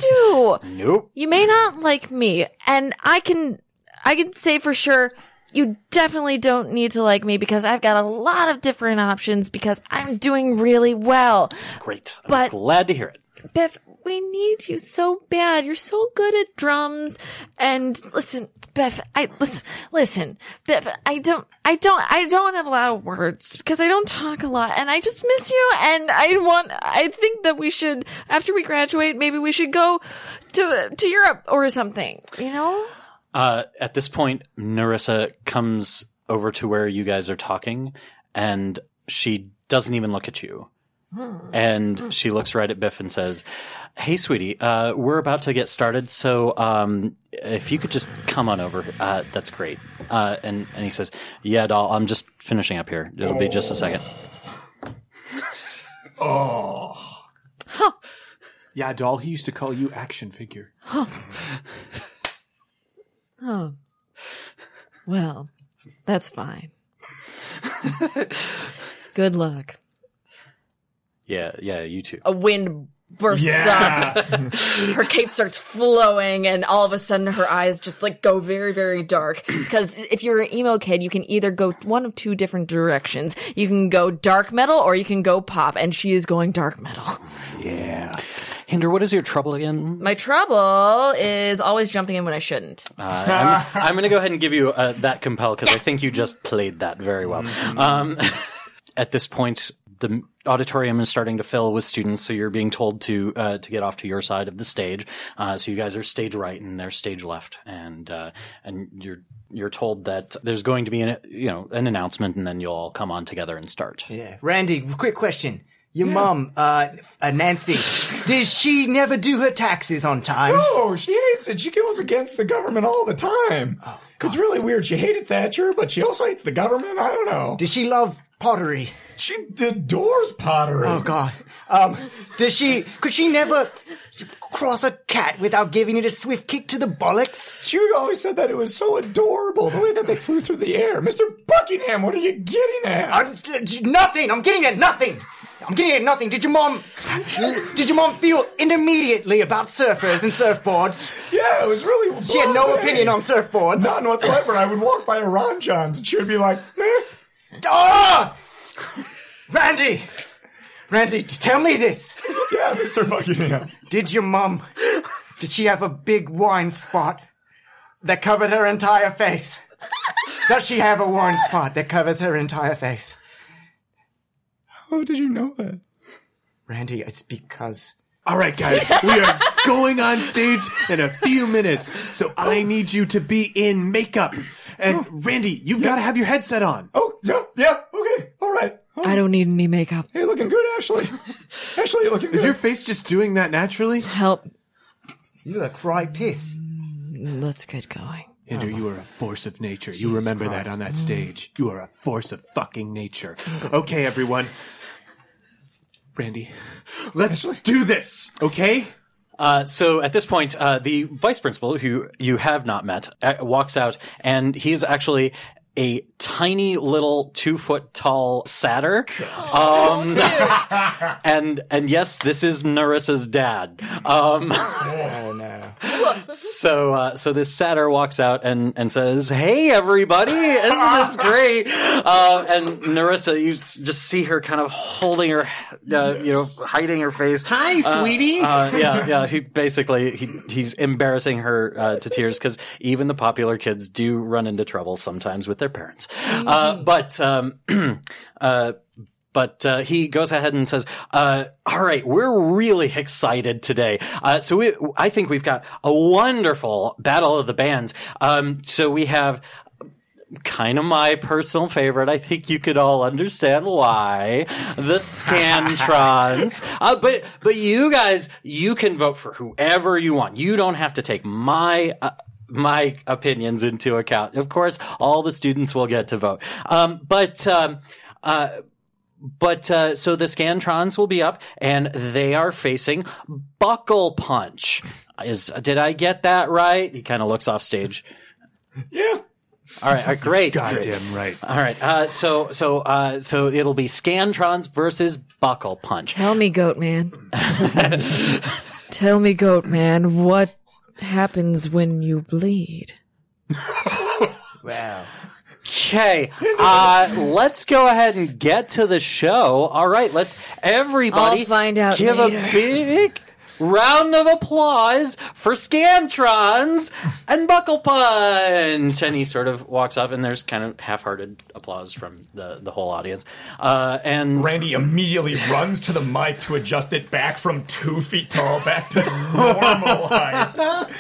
[SPEAKER 4] do.
[SPEAKER 3] Nope.
[SPEAKER 4] You may not like me, and I can I can say for sure you definitely don't need to like me because I've got a lot of different options because I'm doing really well.
[SPEAKER 3] Great. I'm
[SPEAKER 4] But-
[SPEAKER 3] glad to hear it.
[SPEAKER 4] Biff, we need you so bad. You're so good at drums. And listen, Biff, I listen, listen, Biff, I don't, I don't, I don't have a lot of words because I don't talk a lot and I just miss you. And I want, I think that we should, after we graduate, maybe we should go to, to Europe or something, you know?
[SPEAKER 3] Uh, at this point, Narissa comes over to where you guys are talking, and she doesn't even look at you. And she looks right at Biff and says, "Hey, sweetie, uh, we're about to get started, so um, if you could just come on over, uh, that's great." Uh, and, and he says, Yeah, doll, I'm just finishing up here. It'll be just a second.
[SPEAKER 5] Yeah, doll, he used to call you action figure.
[SPEAKER 4] Well, that's fine. Good luck.
[SPEAKER 3] Yeah, yeah, you too.
[SPEAKER 4] A wind bursts up. her cape starts flowing, and all of a sudden, her eyes just like go very, very dark. Because if you're an emo kid, you can either go one of two different directions. You can go dark metal, or you can go pop. And she is going dark metal.
[SPEAKER 3] Hinder, what is your trouble again?
[SPEAKER 4] My trouble is always jumping in when I shouldn't.
[SPEAKER 3] Uh, I'm, I'm going to go ahead and give you uh, that compel because I think you just played that very well. Um, at this point, the auditorium is starting to fill with students, so you're being told to uh, to get off to your side of the stage. Uh, so you guys are stage right and they're stage left, and uh, and you're you're told that there's going to be an you know an announcement, and then you'll all come on together and start.
[SPEAKER 6] Yeah. Randy, quick question. Your mom, uh, uh, Nancy, did she never do her taxes on time?
[SPEAKER 7] Oh, she hates it. She goes against the government all the time.
[SPEAKER 5] Oh,
[SPEAKER 7] it's really weird. She hated Thatcher, but she also hates the government. I don't know.
[SPEAKER 6] Did she love pottery?
[SPEAKER 7] She adores pottery.
[SPEAKER 6] Oh God. Um, does she? Could she never cross a cat without giving it a swift kick to the bollocks?
[SPEAKER 7] She always said that it was so adorable the way that they flew through the air. Mr. Buckingham, what are you getting at?
[SPEAKER 6] I'm d- d- nothing. I'm getting at nothing. I'm getting at nothing. Did your mom? did your mom feel intermediately about surfers and surfboards?
[SPEAKER 7] yeah, it was really.
[SPEAKER 6] She had no opinion on surfboards.
[SPEAKER 7] None whatsoever. I would walk by a Ron Johns and she would be like, meh.
[SPEAKER 6] Ah! Randy, Randy, tell me this.
[SPEAKER 7] Yeah, Mr. Buckingham.
[SPEAKER 6] Did your mum? Did she have a big wine spot that covered her entire face? Does she have a wine spot that covers her entire face?
[SPEAKER 5] Oh,
[SPEAKER 7] How did you know that?
[SPEAKER 6] Randy, it's because
[SPEAKER 5] All right, guys, we are going on stage in a few minutes, so I need you to be in makeup. And Randy, you've got to have your headset on.
[SPEAKER 7] Oh, yeah, yeah, okay, all right. Oh,
[SPEAKER 4] I don't need any makeup.
[SPEAKER 7] hey, looking good, Ashley. Ashley, you're looking
[SPEAKER 5] Is
[SPEAKER 7] good.
[SPEAKER 5] your face just doing that naturally?
[SPEAKER 4] Help.
[SPEAKER 6] you look right piss.
[SPEAKER 4] Let's get going.
[SPEAKER 5] Andrew, you are a force of nature. you remember that on that stage. You are a force of fucking nature. Okay, everyone. Randy, let's do this, okay?
[SPEAKER 3] Uh, so at this point, uh, the vice principal, who you have not met, uh, walks out, and he is actually a tiny little two foot tall satyr. Um, and and yes, this is Narissa's dad. Um,
[SPEAKER 6] Oh no.
[SPEAKER 3] so uh, so this satyr walks out and and says, "Hey everybody, isn't this great?" Uh, and Narissa, you s- just see her kind of holding her, uh, you know, hiding her face.
[SPEAKER 6] Hi, sweetie.
[SPEAKER 3] Uh, yeah, yeah. He basically he he's embarrassing her uh, to tears because even the popular kids do run into trouble sometimes with their parents. Uh, but um, uh, but uh, he goes ahead and says, uh, "All right, we're really excited today. Uh, so we, I think we've got a wonderful battle of the bands. Um, so we have." Kind of my personal favorite. I think you could all understand why the Scantrons. uh, but but you guys, you can vote for whoever you want. You don't have to take my uh, my opinions into account. Of course, all the students will get to vote. Um, but um, uh, but uh, so the Scantrons will be up, and they are facing Buckle Punch. Is did I get that right? He kind of looks off stage.
[SPEAKER 7] yeah.
[SPEAKER 3] All right, all right, great. great.
[SPEAKER 5] Goddamn right.
[SPEAKER 3] All right, uh, so so uh, so it'll be Scantrons versus Buckle Punch.
[SPEAKER 4] Tell me, goat man. Tell me, goat man, what happens when you bleed?
[SPEAKER 6] Wow.
[SPEAKER 3] Okay, uh, let's go ahead and get to the show. All right, let's everybody
[SPEAKER 4] I'll find out
[SPEAKER 3] Give
[SPEAKER 4] later.
[SPEAKER 3] a big round of applause for Scantrons and Buckle Punch. And he sort of walks off, and there's kind of half-hearted applause from the the whole audience. Uh, and
[SPEAKER 7] Randy immediately runs to the mic to adjust it back from two feet tall back to normal height.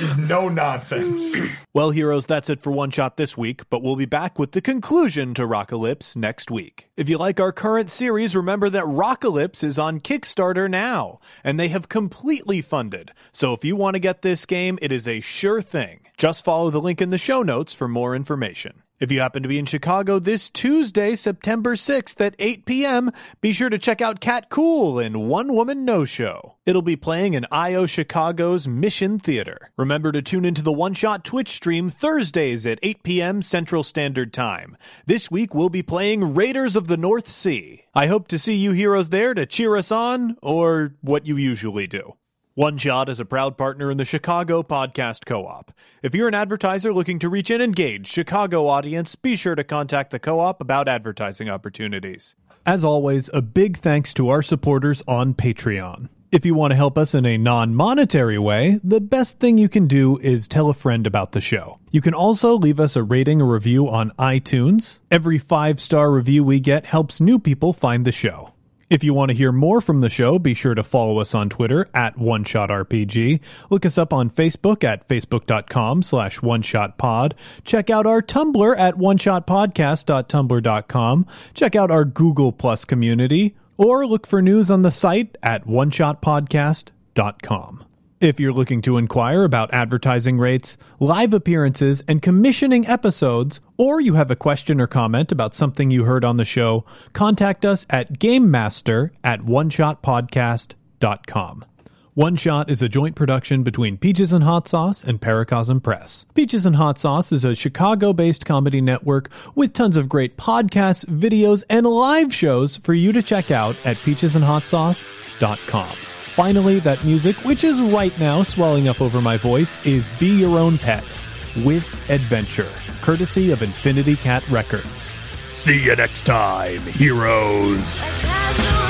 [SPEAKER 7] is no nonsense.
[SPEAKER 9] Well, heroes, that's it for One Shot this week, but we'll be back with the conclusion to Rockalypse next week. If you like our current series, remember that Rockalypse is on Kickstarter now, and they have completely funded. So if you want to get this game, it is a sure thing. Just follow the link in the show notes for more information. If you happen to be in Chicago this Tuesday, September 6th at 8 p.m., be sure to check out Cat Cool in One Woman No Show. It'll be playing in IO Chicago's Mission Theater. Remember to tune into the One Shot Twitch stream Thursdays at 8 p.m. Central Standard Time. This week we'll be playing Raiders of the North Sea. I hope to see you heroes there to cheer us on, or what you usually do. One Shot is a proud partner in the Chicago Podcast Co op. If you're an advertiser looking to reach an engaged Chicago audience, be sure to contact the co op about advertising opportunities. As always, a big thanks to our supporters on Patreon. If you want to help us in a non monetary way, the best thing you can do is tell a friend about the show. You can also leave us a rating or review on iTunes. Every five star review we get helps new people find the show. If you want to hear more from the show, be sure to follow us on Twitter at One Shot RPG. Look us up on Facebook at facebook.com slash One Shot Pod. Check out our Tumblr at oneshotpodcast.tumblr.com. Check out our Google Plus community or look for news on the site at oneshotpodcast.com. If you're looking to inquire about advertising rates, live appearances, and commissioning episodes, or you have a question or comment about something you heard on the show, contact us at gamemaster at oneshotpodcast.com. One Shot is a joint production between Peaches and Hot Sauce and Paracosm Press. Peaches and Hot Sauce is a Chicago based comedy network with tons of great podcasts, videos, and live shows for you to check out at peachesandhotsauce.com. Finally, that music, which is right now swelling up over my voice, is Be Your Own Pet with Adventure, courtesy of Infinity Cat Records. See you next time, heroes.
[SPEAKER 2] I cast away